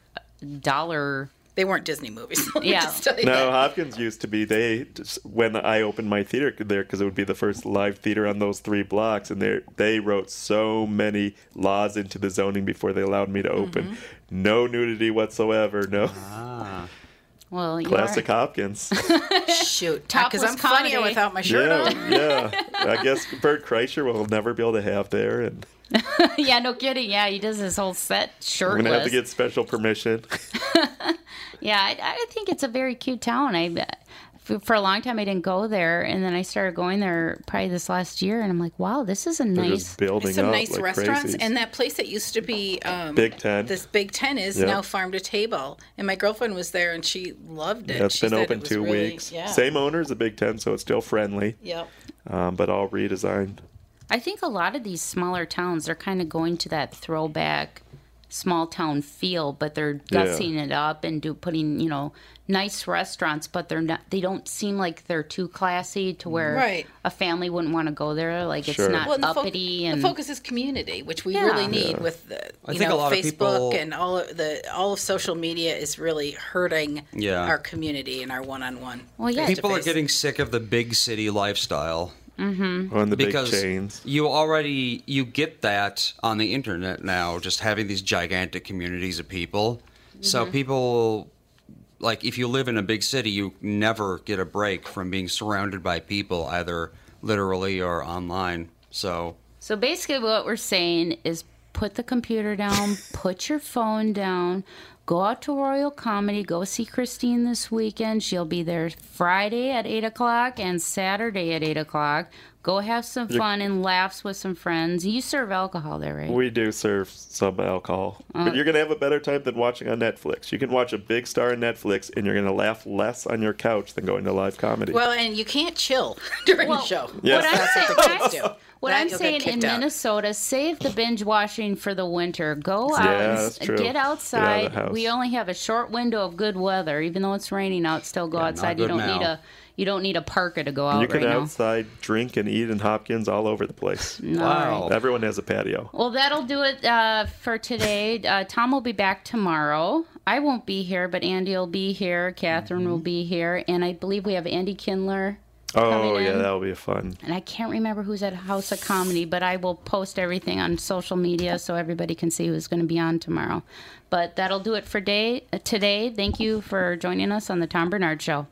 S1: dollar
S3: They weren't Disney movies. let me
S1: Yeah.
S3: just tell you
S2: No,
S3: that.
S2: Hopkins used to be. They just- when I opened my theater there because it would be the first live theater on those three blocks, and they they wrote so many laws into the zoning before they allowed me to open.
S3: Mm-hmm.
S2: No nudity whatsoever. No
S1: well you
S2: classic
S1: are-
S2: Hopkins.
S3: Shoot. Because I'm
S1: Topless
S3: funnier
S1: comedy.
S3: without my shirt
S2: yeah,
S3: on.
S2: yeah. I guess Bert Kreischer will never be able to have there, and
S1: yeah, no kidding. Yeah, he does his whole set
S2: I'm
S1: shirtless.
S2: gonna have to get special permission.
S1: yeah, I, I think it's a very cute town. I for- for a long time I didn't go there, and then I started going there probably this last year, and I'm like, wow, this is a
S2: They're
S1: nice.
S2: just building
S3: Some
S2: up
S3: nice
S2: like
S3: restaurants
S2: crazies.
S3: and that place that used to be um,
S2: Big Ten.
S3: This Big Ten is
S2: Yeah.
S3: now farm to table, and my girlfriend was there and she loved it.
S2: That's
S3: She
S2: been
S3: said it
S2: open
S3: was
S2: two
S3: really-
S2: weeks.
S3: Yeah.
S2: Same owner as the Big Ten, so it's still friendly,
S3: Yep.
S2: um, but all redesigned.
S1: I think a lot of these smaller towns they're kind of going to that throwback small town feel, but they're
S2: Yeah.
S1: gussing it up and do putting you know nice restaurants, but they're not. They don't seem like they're too classy to where
S3: Right.
S1: a family wouldn't want to go there. Like it's
S2: Sure.
S1: not
S3: well, and the, fo-
S1: uppity
S3: the
S1: and
S3: focus is community, which we
S1: Yeah.
S3: really need with the
S4: I
S3: you
S4: think a
S3: know
S4: lot of
S3: Facebook
S4: people-
S3: and all of the all of social media is really hurting
S4: Yeah.
S3: our community and our one-on-one.
S1: well, yeah,
S3: People-
S4: People are
S3: Face.
S4: getting sick of the big city lifestyle.
S3: Mm-hmm.
S2: on the
S4: because
S2: big chains.
S4: you already you get that on the internet now just having these gigantic communities of people so people like if you live in a big city you never get a break from being surrounded by people either literally or online so
S1: So basically, what we're saying is put the computer down, put your phone down, go out to Royal Comedy, go see Christine this weekend. She'll be there Friday at 8 o'clock and Saturday at 8 o'clock. Go have some fun and laughs with some friends. You serve alcohol there, right?
S2: We do serve some alcohol,
S3: Uh,
S2: but you're gonna have a better time than watching on Netflix. You can watch a big star on Netflix, and you're gonna laugh less on your couch than going to live comedy.
S3: Well, and you can't chill during
S1: Well,
S3: the show.
S2: Yeah.
S1: What I'm
S3: That's
S1: saying,
S3: what
S1: what
S3: the
S1: I'm-
S3: kids do.
S1: what
S3: That
S1: I'm
S3: you'll get
S1: saying in
S3: kicked out.
S1: Minnesota, save the binge washing for the winter. Go out,
S2: Yeah,
S1: and
S2: that's
S1: s-
S2: true.
S1: get
S2: Get out of the
S1: outside.
S2: house.
S1: we only have a short window of good weather, even though it's raining out. Still go outside. You
S4: good
S1: don't
S4: now.
S1: need a you don't need a parka to go
S2: you
S1: out
S2: can
S1: right
S2: outside drink and eat in Hopkins all over the place.
S4: wow
S2: Everyone has a patio.
S1: now. Well, that'll do it uh, for today. Uh, Tom will be back tomorrow. I won't be here, but Andy will be here. Catherine will be here, and I believe we have Andy Kindler.
S2: Oh,
S1: coming
S2: yeah,
S1: in.
S2: that'll be fun.
S1: and I can't remember who's at House of Comedy, but I will post everything on social media so everybody can see who's going to be on tomorrow. But that'll do it for day today. Thank you for joining us on the Tom Bernard Show.